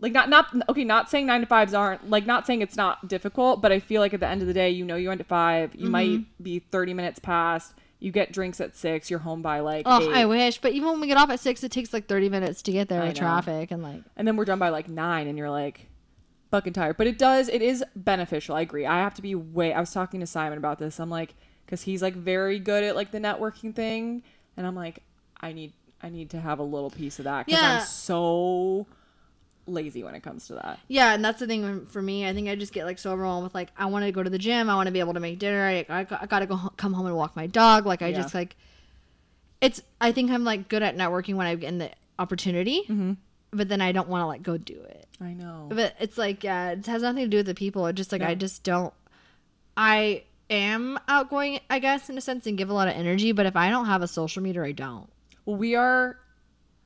S1: like not not okay not saying nine to fives aren't like not saying it's not difficult but i feel like at the end of the day you know you end at five you might be 30 minutes past you get drinks at six you're home by like
S2: Oh,
S1: eight,
S2: I wish. But even when we get off at six, it takes like thirty minutes to get there with
S1: know.
S2: traffic and like
S1: and then we're done by like nine and you're like fucking tired but it does it is beneficial i agree i have to be way i was talking to simon about this i'm like because he's like very good at like the networking thing and i'm like i need i need to have a little piece of that because
S2: Yeah.
S1: i'm so lazy when it comes to that
S2: yeah, and that's the thing when- for me. I think I just get like so overwhelmed with like I want to go to the gym, I want to be able to make dinner, I, I, I gotta go ho- come home and walk my dog. Like I
S1: Yeah.
S2: just like it's. I think I'm like good at networking when I get in the opportunity, but then I don't want to like go do it.
S1: i know
S2: But it's like, yeah, it has nothing to do with the people. It just like I just don't. I am outgoing, I guess, in a sense, and give a lot of energy. But if I don't have a social meter, I don't.
S1: Well, we are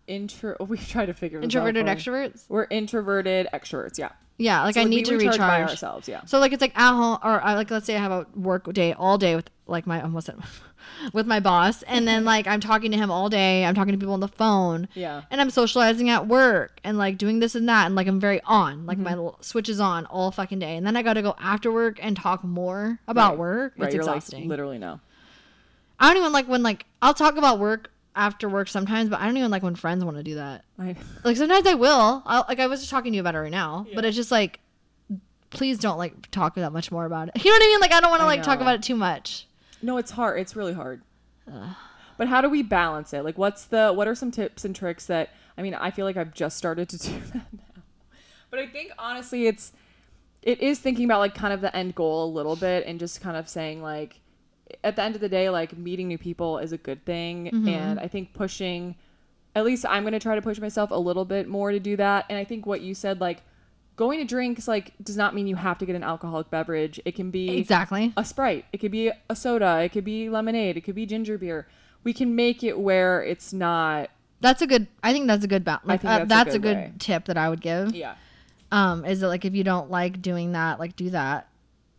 S1: intro. We try to figure this
S2: Introverted
S1: out. for me.
S2: extroverts.
S1: We're introverted extroverts. Yeah.
S2: Yeah, like
S1: So,
S2: I
S1: like, we
S2: need to
S1: recharge
S2: recharge.
S1: by ourselves, yeah.
S2: So like it's like at home, or I, like let's say I have a work day all day with like my almost said- with my boss, and then like I'm talking to him all day. I'm talking to people on the phone.
S1: Yeah.
S2: And I'm socializing at work and like doing this and that, and like I'm very on. Like
S1: Mm-hmm.
S2: my l- switch is on all fucking day, and then I got to go after work and talk more about work. It's
S1: right. You're
S2: exhausting.
S1: like literally no.
S2: I don't even like when like I'll talk about work after work sometimes, but I don't even like when friends want to do that.
S1: I,
S2: Like sometimes I will. I'll, like I was just talking to you about it right now, but it's just like, please don't like talk that much more about it. You know what I mean? Like I don't want to like talk
S1: know.
S2: about it too much.
S1: no, it's hard. It's really hard. But how do we balance it? Like, what's the what are some tips and tricks that I mean? I feel like I've just started to do that now, but I think honestly, it's it is thinking about like kind of the end goal a little bit and just kind of saying like at the end of the day, like meeting new people is a good thing, and I think pushing. At least I'm going to try to push myself a little bit more to do that. And I think what you said, like going to drinks, like does not mean you have to get an alcoholic beverage. It can be
S2: Exactly.
S1: a sprite it could be a soda it could be lemonade it could be ginger beer we can make it where it's not
S2: That's a good. I think that's a good balance.
S1: think
S2: that's, a good,
S1: way.
S2: tip that I would give.
S1: yeah
S2: Um, is that like if you don't like doing that, like do that.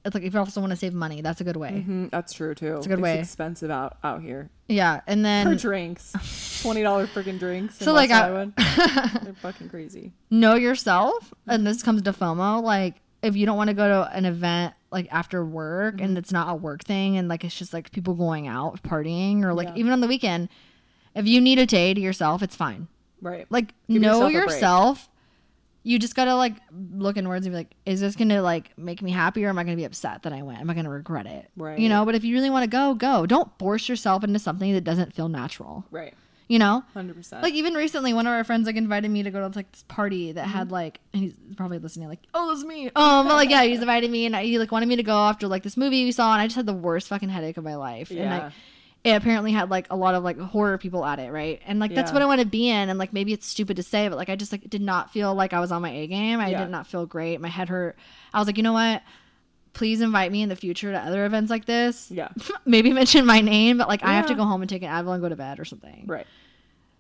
S2: It's like if you also want to save money, that's a good way.
S1: Mm, that's true too it's
S2: a good way.
S1: expensive out out here
S2: Yeah, and then
S1: for drinks $20 freaking drinks
S2: So,
S1: so
S2: like,
S1: like
S2: I-
S1: they're fucking crazy
S2: know yourself and this comes to fomo like if you don't want to go to an event like after work and it's not a work thing and like it's just like people going out partying or like
S1: Yeah.
S2: even on the weekend if you need a day to yourself it's fine
S1: right
S2: like
S1: Give
S2: know
S1: yourself a break.
S2: yourself you just gotta like look inwards and be like is this gonna like make me happy or am i gonna be upset that i went am i gonna regret it you
S1: Right.
S2: know but if you really want to go go don't force yourself into something that doesn't feel natural
S1: right
S2: you know
S1: 100%
S2: like even recently, one of our friends like invited me to go to like this party that had
S1: Mm-hmm.
S2: like, and he's probably listening like, oh, that's me. Um, but like yeah, he's invited me and I, he like wanted me to go after like this movie we saw, and I just had the worst fucking headache of my life. And
S1: Yeah.
S2: like, it apparently had like a lot of like horror people at it, right? And like that's
S1: Yeah.
S2: what I want to be in. And like maybe it's stupid to say, but like I just like did not feel like I was on my A game. I
S1: Yeah.
S2: did not feel great. My head hurt. I was like, you know what? Please invite me in the future to other events like this.
S1: yeah
S2: Maybe mention my name, but like I have to
S1: Yeah.
S2: go home and take an Advil and go to bed or something.
S1: right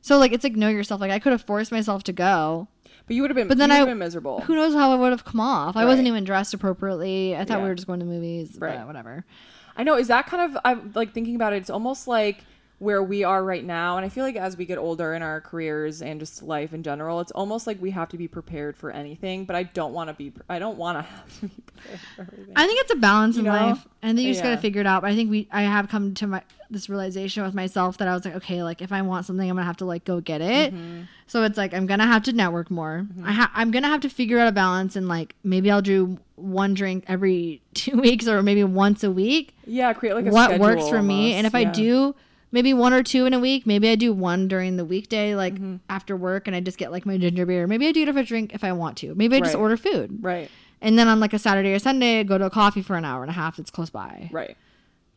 S2: So like it's like know yourself. Like I could have forced myself to go.
S1: but you would have been
S2: But then
S1: you would've
S2: I-
S1: been miserable
S2: Who knows how I would have come off? I wasn't
S1: Right.
S2: even dressed appropriately. I thought we
S1: Yeah.
S2: were just going to movies, but
S1: Right.
S2: whatever.
S1: I know. Is that kind of I'm like thinking about it? It's almost like where we are right now, and I feel like as we get older in our careers and just life in general, it's almost like we have to be prepared for anything. But I don't want to be. I don't want to have to be prepared for everything.
S2: I think it's a balance in
S1: know?
S2: life. And then you just got
S1: Yeah.
S2: to figure it out. But I think we I have come to my this realization with myself that I was like, okay, like if I want something, I'm gonna have to like go get it.
S1: Mm-hmm.
S2: So it's like I'm gonna have to network more. I ha- I'm gonna have to figure out a balance and like maybe I'll do one drink every two weeks or maybe once a week.
S1: Yeah, create like a
S2: what
S1: schedule
S2: works for me. And if
S1: almost,
S2: I
S1: yeah.
S2: do maybe one or two in a week, maybe I do one during the weekday, like
S1: Mm-hmm.
S2: after work, and I just get like my ginger beer. Maybe I do it if I drink if I want to. Maybe I just
S1: Right.
S2: order food.
S1: right,
S2: And then on like a Saturday or Sunday, I go to a coffee for an hour and a half that's close by.
S1: right,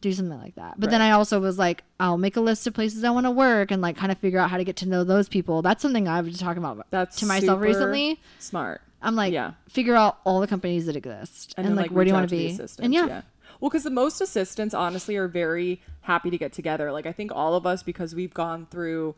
S2: Do something like that. But then I also was like, I'll make a list of places I want to work and like kind of figure out how to get to know those people. That's something I've been talking about
S1: that's
S2: to myself
S1: super
S2: recently.
S1: Smart.
S2: I'm like,
S1: Yeah.
S2: figure out all the companies that exist and,
S1: then,
S2: like, where do
S1: reach
S2: you want
S1: out
S2: to
S1: the
S2: be?
S1: assistants,
S2: And yeah,
S1: Well, because the most assistants, honestly, are very happy to get together. Like, I think all of us, because we've gone through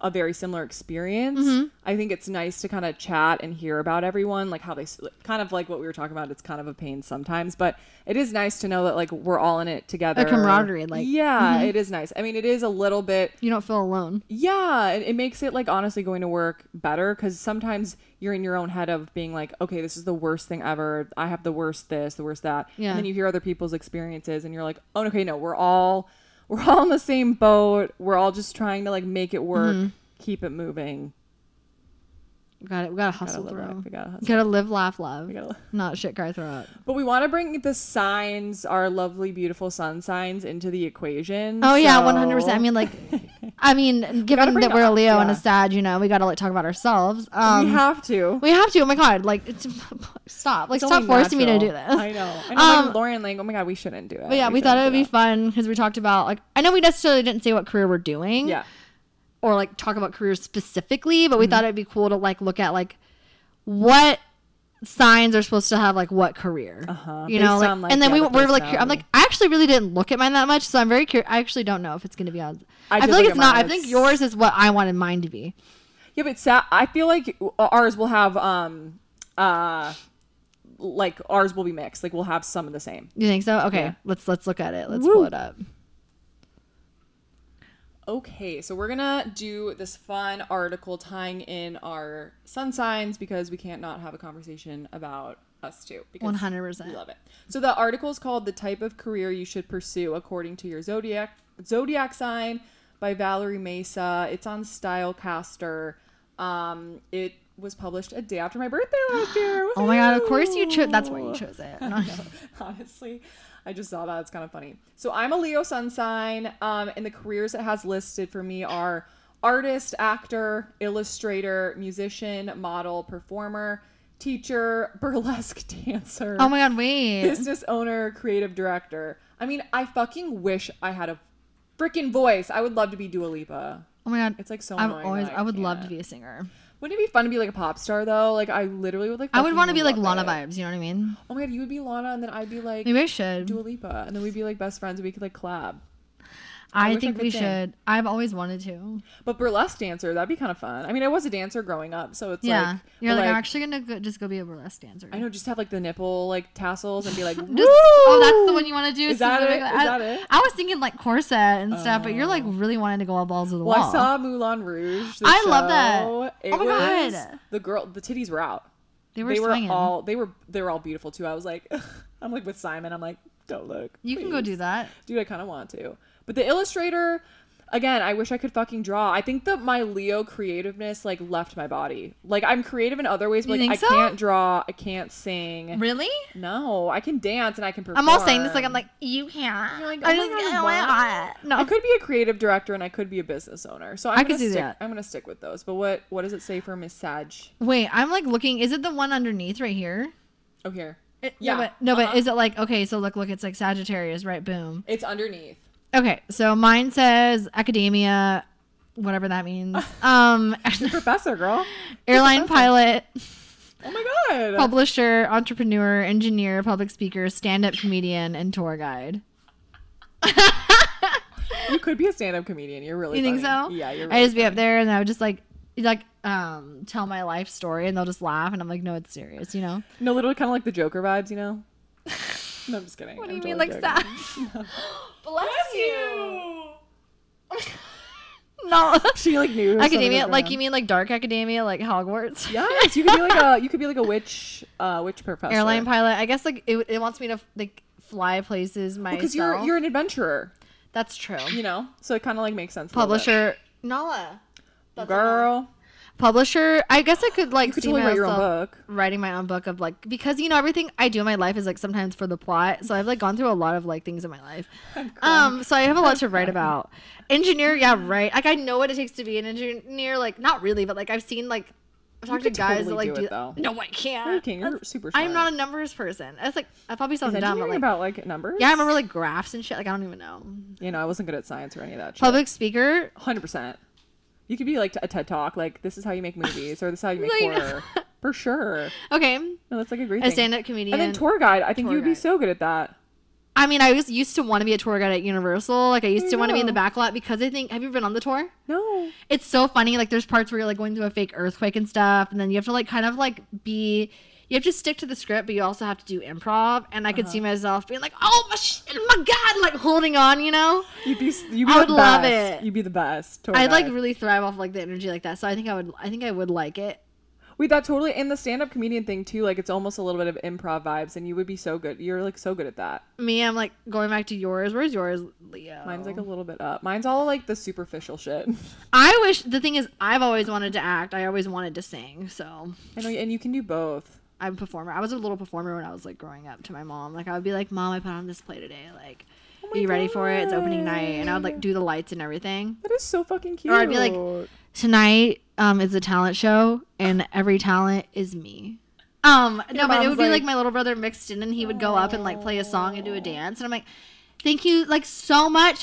S1: a very similar experience,
S2: Mm-hmm.
S1: I think it's nice to kind of chat and hear about everyone, like how they s- kind of like what we were talking about. It's kind of a pain sometimes, but it is nice to know that, like, we're all in it together.
S2: camaraderie, like- mm-hmm.
S1: yeah, it is nice. I mean, it is a little bit
S2: you don't feel alone.
S1: yeah, it, it makes it like honestly going to work better because sometimes you're in your own head of being like, okay, this is the worst thing ever. I have the worst this, the worst that.
S2: Yeah.
S1: And then you hear other people's experiences and you're like, oh, okay, no, we're all we're all in the same boat. We're all just trying to like make it work,
S2: Mm-hmm.
S1: keep it moving.
S2: We got it. We gotta
S1: Gotta
S2: hustle
S1: live
S2: through.
S1: life. We gotta hustle.
S2: Gotta live, laugh, love.
S1: We gotta.
S2: Not shit, cry, throw up.
S1: But we want to bring the signs, our lovely, beautiful sun signs, into the equation.
S2: Oh yeah,
S1: so-
S2: one hundred percent. I mean, like, I mean, given
S1: bring
S2: that we're a
S1: up-
S2: Leo and a
S1: yeah.
S2: Sag, you know, we gotta like talk about ourselves. Um,
S1: we have to.
S2: we have to. Oh my god, like, it's, stop, like,
S1: It's
S2: stop
S1: only
S2: forcing me to do
S1: natural.
S2: this.
S1: I know. I know.
S2: Um,
S1: like Lauren, like, oh my god, we shouldn't do it.
S2: But yeah, we thought it
S1: shouldn't
S2: would
S1: do
S2: be
S1: that.
S2: fun because we talked about like I know we necessarily didn't say what career we're doing,
S1: Yeah.
S2: or like talk about careers specifically, but we
S1: Mm-hmm.
S2: thought it'd be cool to like look at like what signs are supposed to have like what career,
S1: Uh-huh.
S2: you know,
S1: Based
S2: like,
S1: on, like,
S2: and then
S1: yeah,
S2: we
S1: the
S2: were like, cur- I'm
S1: personality.
S2: like, I actually really didn't look at mine that much, so I'm very curious. I actually don't know if it's gonna be on. I,
S1: I did
S2: feel like
S1: look
S2: it's
S1: at
S2: not.
S1: mine.
S2: I think
S1: It's-
S2: yours is what I wanted mine to be.
S1: Yeah, but sa- I feel like ours will have um uh like ours will be mixed. Like we'll have some of the same.
S2: You think so? Okay,
S1: Yeah.
S2: let's let's look at it. Let's
S1: Woo.
S2: pull it up.
S1: Okay, so we're gonna do this fun article tying in our sun signs because we can't not have a conversation about us too. because
S2: One hundred percent.
S1: We love it. So the article is called "The Type of Career You Should Pursue According to Your Zodiac Zodiac Sign" by Valerie Mesa. It's on Stylecaster. Um, it was published a day after my birthday last year.
S2: Oh my god! Of course you chose. That's why
S1: Woohoo!
S2: you chose it. No.
S1: Honestly, I just saw that. It's kind of funny. So I'm a Leo sun sign, um, and the careers it has listed for me are artist, actor, illustrator, musician, model, performer, teacher, burlesque dancer,
S2: oh my god! Wait.
S1: business owner, creative director. I mean, I fucking wish I had a freaking voice. I would love to be Dua Lipa.
S2: Oh my god!
S1: It's like so
S2: I'm
S1: annoying
S2: always.
S1: that
S2: I would love to
S1: can't.
S2: be a singer.
S1: Wouldn't it be fun to be like a pop star though? Like I literally would like.
S2: I would
S1: fucking
S2: want to be like
S1: love
S2: Lana
S1: it.
S2: vibes. You know what I mean?
S1: Oh my god, you would be Lana, and then I'd be like
S2: Maybe I should.
S1: Dua Lipa, and then we'd be like best friends. and We could like collab.
S2: I,
S1: wish I
S2: think
S1: could
S2: we
S1: sing.
S2: should. I've always wanted to.
S1: But burlesque dancer, that'd be kind of fun. I mean, I was a dancer growing up, so it's
S2: yeah.
S1: like
S2: You're
S1: but,
S2: like, I'm actually gonna go, just go be a burlesque dancer.
S1: I know, just have like the nipple like tassels and be like, Woo!
S2: Just, oh, that's the one you want to do.
S1: Is that it?
S2: specifically?
S1: Is
S2: I,
S1: that it? Oh.
S2: I was thinking like corset and stuff, but you're like really wanting to go all balls to the
S1: Well,
S2: wall.
S1: I saw Moulin Rouge. the
S2: I love that.
S1: show. It
S2: Oh my
S1: was,
S2: God.
S1: the girl, the titties were out.
S2: they were
S1: They were,
S2: swinging.
S1: all they were they were all beautiful too. I was like, I'm like with Simon. I'm like, don't look.
S2: you can go
S1: please."
S2: do that.
S1: dude i kind of want to but the illustrator again i wish i could fucking draw i think that my leo creativeness like left my body like i'm creative in other ways but
S2: You
S1: like i
S2: think so?
S1: can't draw i can't sing
S2: Really?
S1: no i can dance and i can perform
S2: I'm all saying this like I'm like you can't.
S1: You're like,
S2: I
S1: oh my
S2: just
S1: God,
S2: oh my God.
S1: i
S2: No,
S1: could be a creative director and i could be a business owner so i'm
S2: I
S1: gonna
S2: could do
S1: stick,
S2: that.
S1: i'm gonna stick with those but what what does it say for miss sag
S2: wait. I'm like looking. Is it the one underneath right here?
S1: oh here
S2: It-
S1: Yeah.
S2: No, but, no, but
S1: Uh-huh.
S2: is it like okay? So look, look. It's like Sagittarius, right? Boom.
S1: it's underneath
S2: Okay, so mine says academia, whatever that means. Um,
S1: professor girl
S2: airline pilot,
S1: oh my god
S2: publisher, entrepreneur, engineer, public speaker, stand-up comedian, and tour guide.
S1: you could be a stand-up comedian you're really
S2: You think so?
S1: funny. yeah you're
S2: I
S1: really
S2: just be up there and I would just like like um tell my life story and they'll just laugh and I'm like, no, it's serious, you know?
S1: No, literally kind of like the Joker vibes, you know? No, I'm just kidding.
S2: What
S1: I'm
S2: do you mean
S1: totally
S2: like
S1: joking.
S2: that? Bless you. no.
S1: She like knew
S2: academia, like you mean like dark academia, like Hogwarts?
S1: Yes, you could be like a you could be like a witch, uh, witch professor.
S2: airline pilot. I guess like it, it wants me to like fly places myself.
S1: because you're you're an adventurer,
S2: that's true.
S1: you know. So it kind of like makes sense. a little bit.
S2: Publisher Nala. That's
S1: girl,
S2: Publisher. I guess I could like
S1: you could
S2: see
S1: totally write your own
S2: myself
S1: book.
S2: writing my own book of like because you know everything I do in my life is like sometimes for the plot. So I've like gone through a lot of like things in my life. Um, so I have a lot to write about. Engineer, yeah, right. Like I know what it takes to be an engineer. Like not really, but like I've seen like I've talked to
S1: could
S2: guys
S1: totally
S2: that like
S1: do
S2: do,
S1: it, though.
S2: No, I can't.
S1: You can. You're
S2: That's-
S1: super. Smart.
S2: I'm not a numbers person. That's like I probably sound
S1: Is
S2: dumb,
S1: engineering
S2: but like
S1: about like numbers.
S2: Yeah, I remember like graphs and shit. Like I don't even know.
S1: You know, I wasn't good at science or any of that. shit.
S2: Public speaker.
S1: Hundred percent. You could be like a TED talk, like this is how you make movies, or this is how you make
S2: Like-
S1: horror, for sure.
S2: Okay.
S1: No, that's like a great
S2: A
S1: thing.
S2: stand-up comedian.
S1: and then tour guide. I think
S2: Tour
S1: you would be
S2: guide.
S1: so good at that.
S2: I mean, I was used to want to be a tour guide at Universal. Like I used
S1: There
S2: to
S1: you
S2: want to be in the
S1: go.
S2: back lot because I think have you ever been on the tour?
S1: No.
S2: It's so funny. Like there's parts where you're like going through a fake earthquake and stuff, and then you have to like kind of like be you have to stick to the script, but you also have to do improv. And I could see
S1: Uh-huh.
S2: myself being like, "Oh my, sh- my god!" Like holding on, you know.
S1: You'd be, you'd be
S2: I
S1: the
S2: would love
S1: best.
S2: it.
S1: You'd be the best. Tour
S2: I'd like
S1: guide.
S2: really thrive off like the energy like that. So I think I would. I think I would like it.
S1: Wait, that totally and the stand-up comedian thing too. Like it's almost a little bit of improv vibes, and you would be so good. You're like so good at that.
S2: Me, I'm like going back to yours. Where's yours, Leo?
S1: Mine's like a little bit up. Mine's all like the superficial shit.
S2: I wish the thing is I've always wanted to act. I always wanted to sing. So
S1: I know, and you can do both.
S2: I'm a performer. I was a little performer when I was like growing up to my mom. Like I would be like, Mom, I put on this play today. Like, are you ready for it? It's opening night. And I would like do the lights and everything.
S1: That is so fucking cute.
S2: Or I'd be like- Tonight um is a talent show and every talent is me. Um no, but it
S1: mom's
S2: would be like,
S1: like-
S2: my little brother mixed in and he would go up and like play a song and do a dance and I'm like Thank you like so much,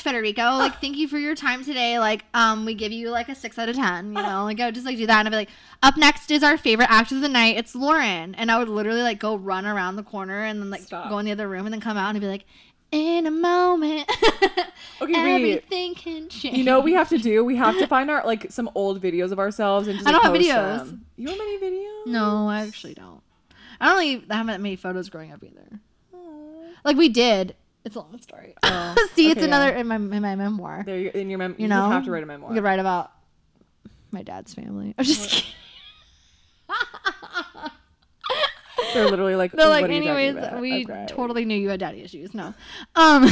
S2: Federico. Like thank you for your time today. Like um we give you like a six out of ten, you know, like I would just like do that and I'd be like, up next is our favorite act of the night, it's Lauren. And I would literally like go run around the corner and then like
S1: Stop.
S2: go in the other room and then come out and be like, in a moment
S1: Okay, wait.
S2: everything can change.
S1: You know what we have to do? We have to find our like some old videos of ourselves and just.
S2: I
S1: like,
S2: don't have
S1: post
S2: videos.
S1: them. You don't have any videos?
S2: No, I actually don't. I don't really I haven't that many photos growing up either.
S1: Aw.
S2: Like we did. It's a long story. See, it's
S1: Oh, okay,
S2: another in my in my memoir.
S1: There you in your mem. You,
S2: you know,
S1: have to write a memoir.
S2: You could write about my dad's family. I'm just kidding.
S1: They're literally like,
S2: They're
S1: "What
S2: like,
S1: are you talking
S2: anyways,
S1: about?
S2: we
S1: I'm crying."
S2: totally knew you had daddy issues. No. Um,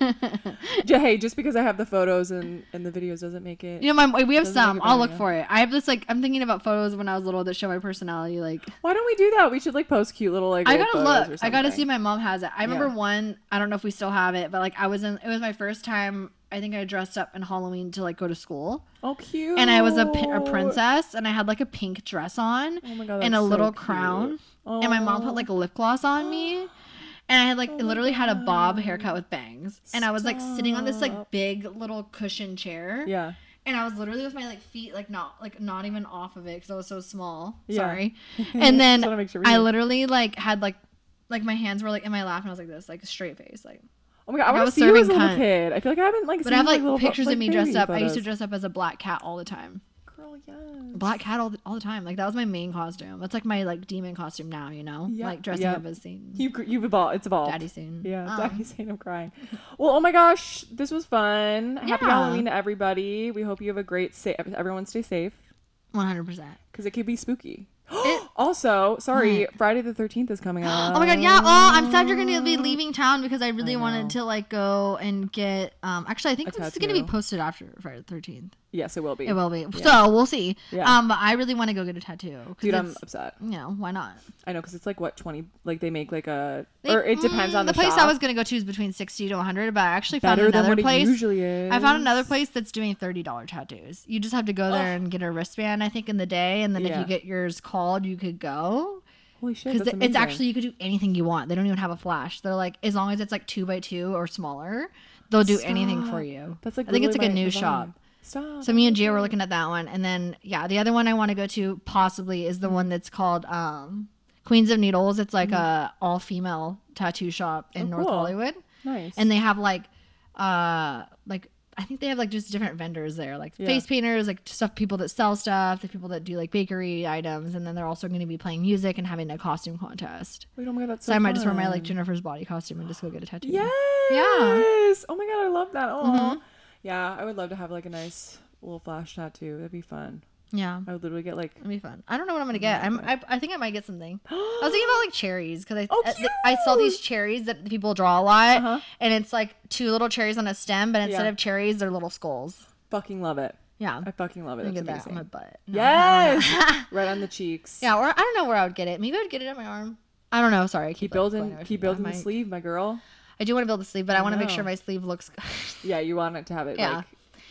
S1: Yeah, hey, just because I have the photos and and the videos doesn't make it.
S2: you know, my we have
S1: Doesn't make
S2: some.
S1: it
S2: I'll
S1: better,
S2: look
S1: yeah.
S2: for it. I have this like I'm thinking about photos when I was little that show my personality. Like
S1: Why don't we do that? We should like post cute little like.
S2: I
S1: old
S2: gotta
S1: photos or
S2: look. I gotta see
S1: something.
S2: if my mom has it. I remember
S1: Yeah.
S2: one. I don't know if we still have it, but like I was in. It was my first time. I think I dressed up in Halloween to like go to school,
S1: Oh, cute.
S2: and I was a, pin- a princess, and I had like a pink dress on
S1: Oh my god.
S2: and a
S1: that's so
S2: little
S1: cute.
S2: crown, and my mom
S1: Aw.
S2: put like lip gloss on me. And I had like
S1: Oh my
S2: literally had a bob haircut with bangs, and I was like sitting on this like
S1: Stop.
S2: big little cushion chair,
S1: Oh, Yeah.
S2: and I was literally with my like feet like not like not even off of it because I was so small.
S1: Yeah.
S2: Sorry. And then
S1: Just wanna make sure we
S2: I
S1: knew.
S2: literally like had like like my hands were like in my lap and I was like this like straight face like.
S1: Oh my god,
S2: Like, I
S1: I want
S2: was
S1: to see you as a
S2: serving
S1: little
S2: cunt.
S1: kid. I feel like I haven't like.
S2: But
S1: seen
S2: I have like
S1: little fo-
S2: pictures of
S1: like,
S2: me dressed
S1: baby
S2: up. I used to
S1: photos.
S2: dress up as a black cat all the time.
S1: Girl, yes.
S2: Black cat all the, all the time. Like that was my main costume. That's like my like demon costume now. You know,
S1: Yeah,
S2: like dressing
S1: yeah.
S2: up as Satan,
S1: You, gr- you've evolved. It's evolved.
S2: daddy Satan.
S1: Yeah,
S2: Um,
S1: Daddy's saying I'm crying. Well, oh my gosh, this was fun. Happy
S2: Yeah.
S1: Halloween to everybody. We hope you have a great safe. Everyone stay safe
S2: One hundred percent.
S1: because it could be spooky.
S2: It-
S1: also, sorry, Friday the 13th is coming up.
S2: Oh my god, yeah. Oh, I'm sad you're gonna
S1: Oh.
S2: be leaving town because I really wanted to like go and get. Um, actually, I think
S1: A
S2: this is gonna be
S1: tattoo.
S2: posted after Friday the Thirteenth.
S1: Yes, it will be.
S2: It will be. So we'll see.
S1: Yeah.
S2: Um, but I really want to go get a tattoo. 'cause
S1: Dude, I'm
S2: it's-
S1: upset.
S2: You know why not?
S1: I know because it's like what 20. Like they make like a.
S2: They-
S1: or it depends
S2: mm,
S1: on the,
S2: place
S1: shop.
S2: I was gonna go to is between sixty to one hundred, but I actually found
S1: Better than
S2: another
S1: what
S2: place.
S1: it usually is.
S2: I found another place that's doing thirty dollar tattoos. You just have to go there and get a wristband, I think, in the day, and then if
S1: Oh. Yeah.
S2: you get yours called, you could go.
S1: Holy shit!
S2: because
S1: That's
S2: it's
S1: amazing.
S2: actually you could do anything you want. They don't even have a flash. They're like as long as it's like two by two or smaller, they'll do anything for you.
S1: That's like.
S2: I think it's like
S1: literally my-
S2: a new
S1: the vibe.
S2: shop.
S1: Stop.
S2: So me and Gia were looking at that one, and then yeah, the other one I want to go to possibly is the one that's called um, Queens of Needles. It's like a all female tattoo shop in
S1: Mm. Oh,
S2: North
S1: cool.
S2: Hollywood,
S1: nice.
S2: and they have like uh like. I think they have like just different vendors there, like
S1: Yeah.
S2: face painters, like stuff people that sell stuff, the people that do like bakery items, and then they're also going to be playing music and having a costume contest.
S1: Wait, oh my god, that's so.
S2: So I might just wear my
S1: fun.
S2: like Jennifer's body costume and just go get a tattoo.
S1: Yes. Oh my god, I love that. Oh.
S2: Mm-hmm.
S1: Yeah, I would love to have like a nice little flash tattoo. That'd be fun.
S2: Yeah.
S1: I would literally get like.
S2: It'll be fun. I don't know what I'm gonna get. I'm, I, I think I might get something. I was thinking about like cherries because I
S1: Oh,
S2: I, th- I saw these cherries that people draw a lot,
S1: Uh-huh.
S2: and it's like two little cherries on a stem, but instead
S1: Yeah.
S2: of cherries, they're little skulls.
S1: Fucking love it.
S2: Yeah,
S1: I fucking love it.
S2: I'm gonna
S1: That's
S2: get that on
S1: amazing.
S2: my butt. No.
S1: Yes. right on the cheeks.
S2: Yeah, or I don't know where I would get it. Maybe I'd get it on my arm. I don't know. Sorry, I
S1: Keep
S2: keep like, going
S1: building.
S2: away
S1: Keep
S2: from
S1: building
S2: my
S1: the
S2: mic.
S1: sleeve, my girl.
S2: I do want to build the sleeve, but I, want to make sure
S1: know.
S2: my sleeve looks. good.
S1: Yeah, you want it to have it
S2: Yeah.
S1: like.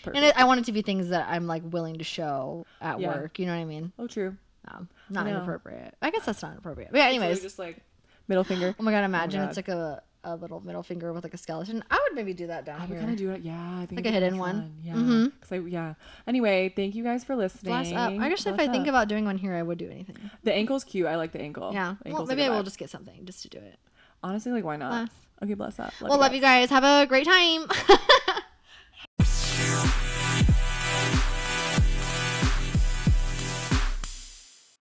S1: Perfect.
S2: and it, I want it to be things that I'm like willing to show at
S1: Yeah.
S2: work. You know what I mean?
S1: oh, true.
S2: Um, not
S1: know.
S2: inappropriate. I guess that's not inappropriate. But yeah,
S1: It's really
S2: anyways.
S1: just like middle finger.
S2: Oh my god, imagine it's
S1: God.
S2: like a, a little middle finger with like a skeleton. I would maybe do that down
S1: I'm
S2: here.
S1: gonna do it. Yeah, I think it'd
S2: Like a
S1: be
S2: hidden
S1: much
S2: one.
S1: fun. Yeah.
S2: Mhm.
S1: 'Cause I- yeah. Anyway, thank you guys for listening.
S2: Blast up. I guess if I
S1: Bless
S2: think
S1: up.
S2: about doing one here, I would do anything.
S1: the ankle's cute. I like the ankle.
S2: Yeah.
S1: The
S2: well,
S1: ankle's like
S2: maybe
S1: a
S2: I will
S1: vibe.
S2: just get something just to do it.
S1: Honestly, like why not?
S2: Bless.
S1: Okay, bless up.
S2: well, love you guys. Have a great time.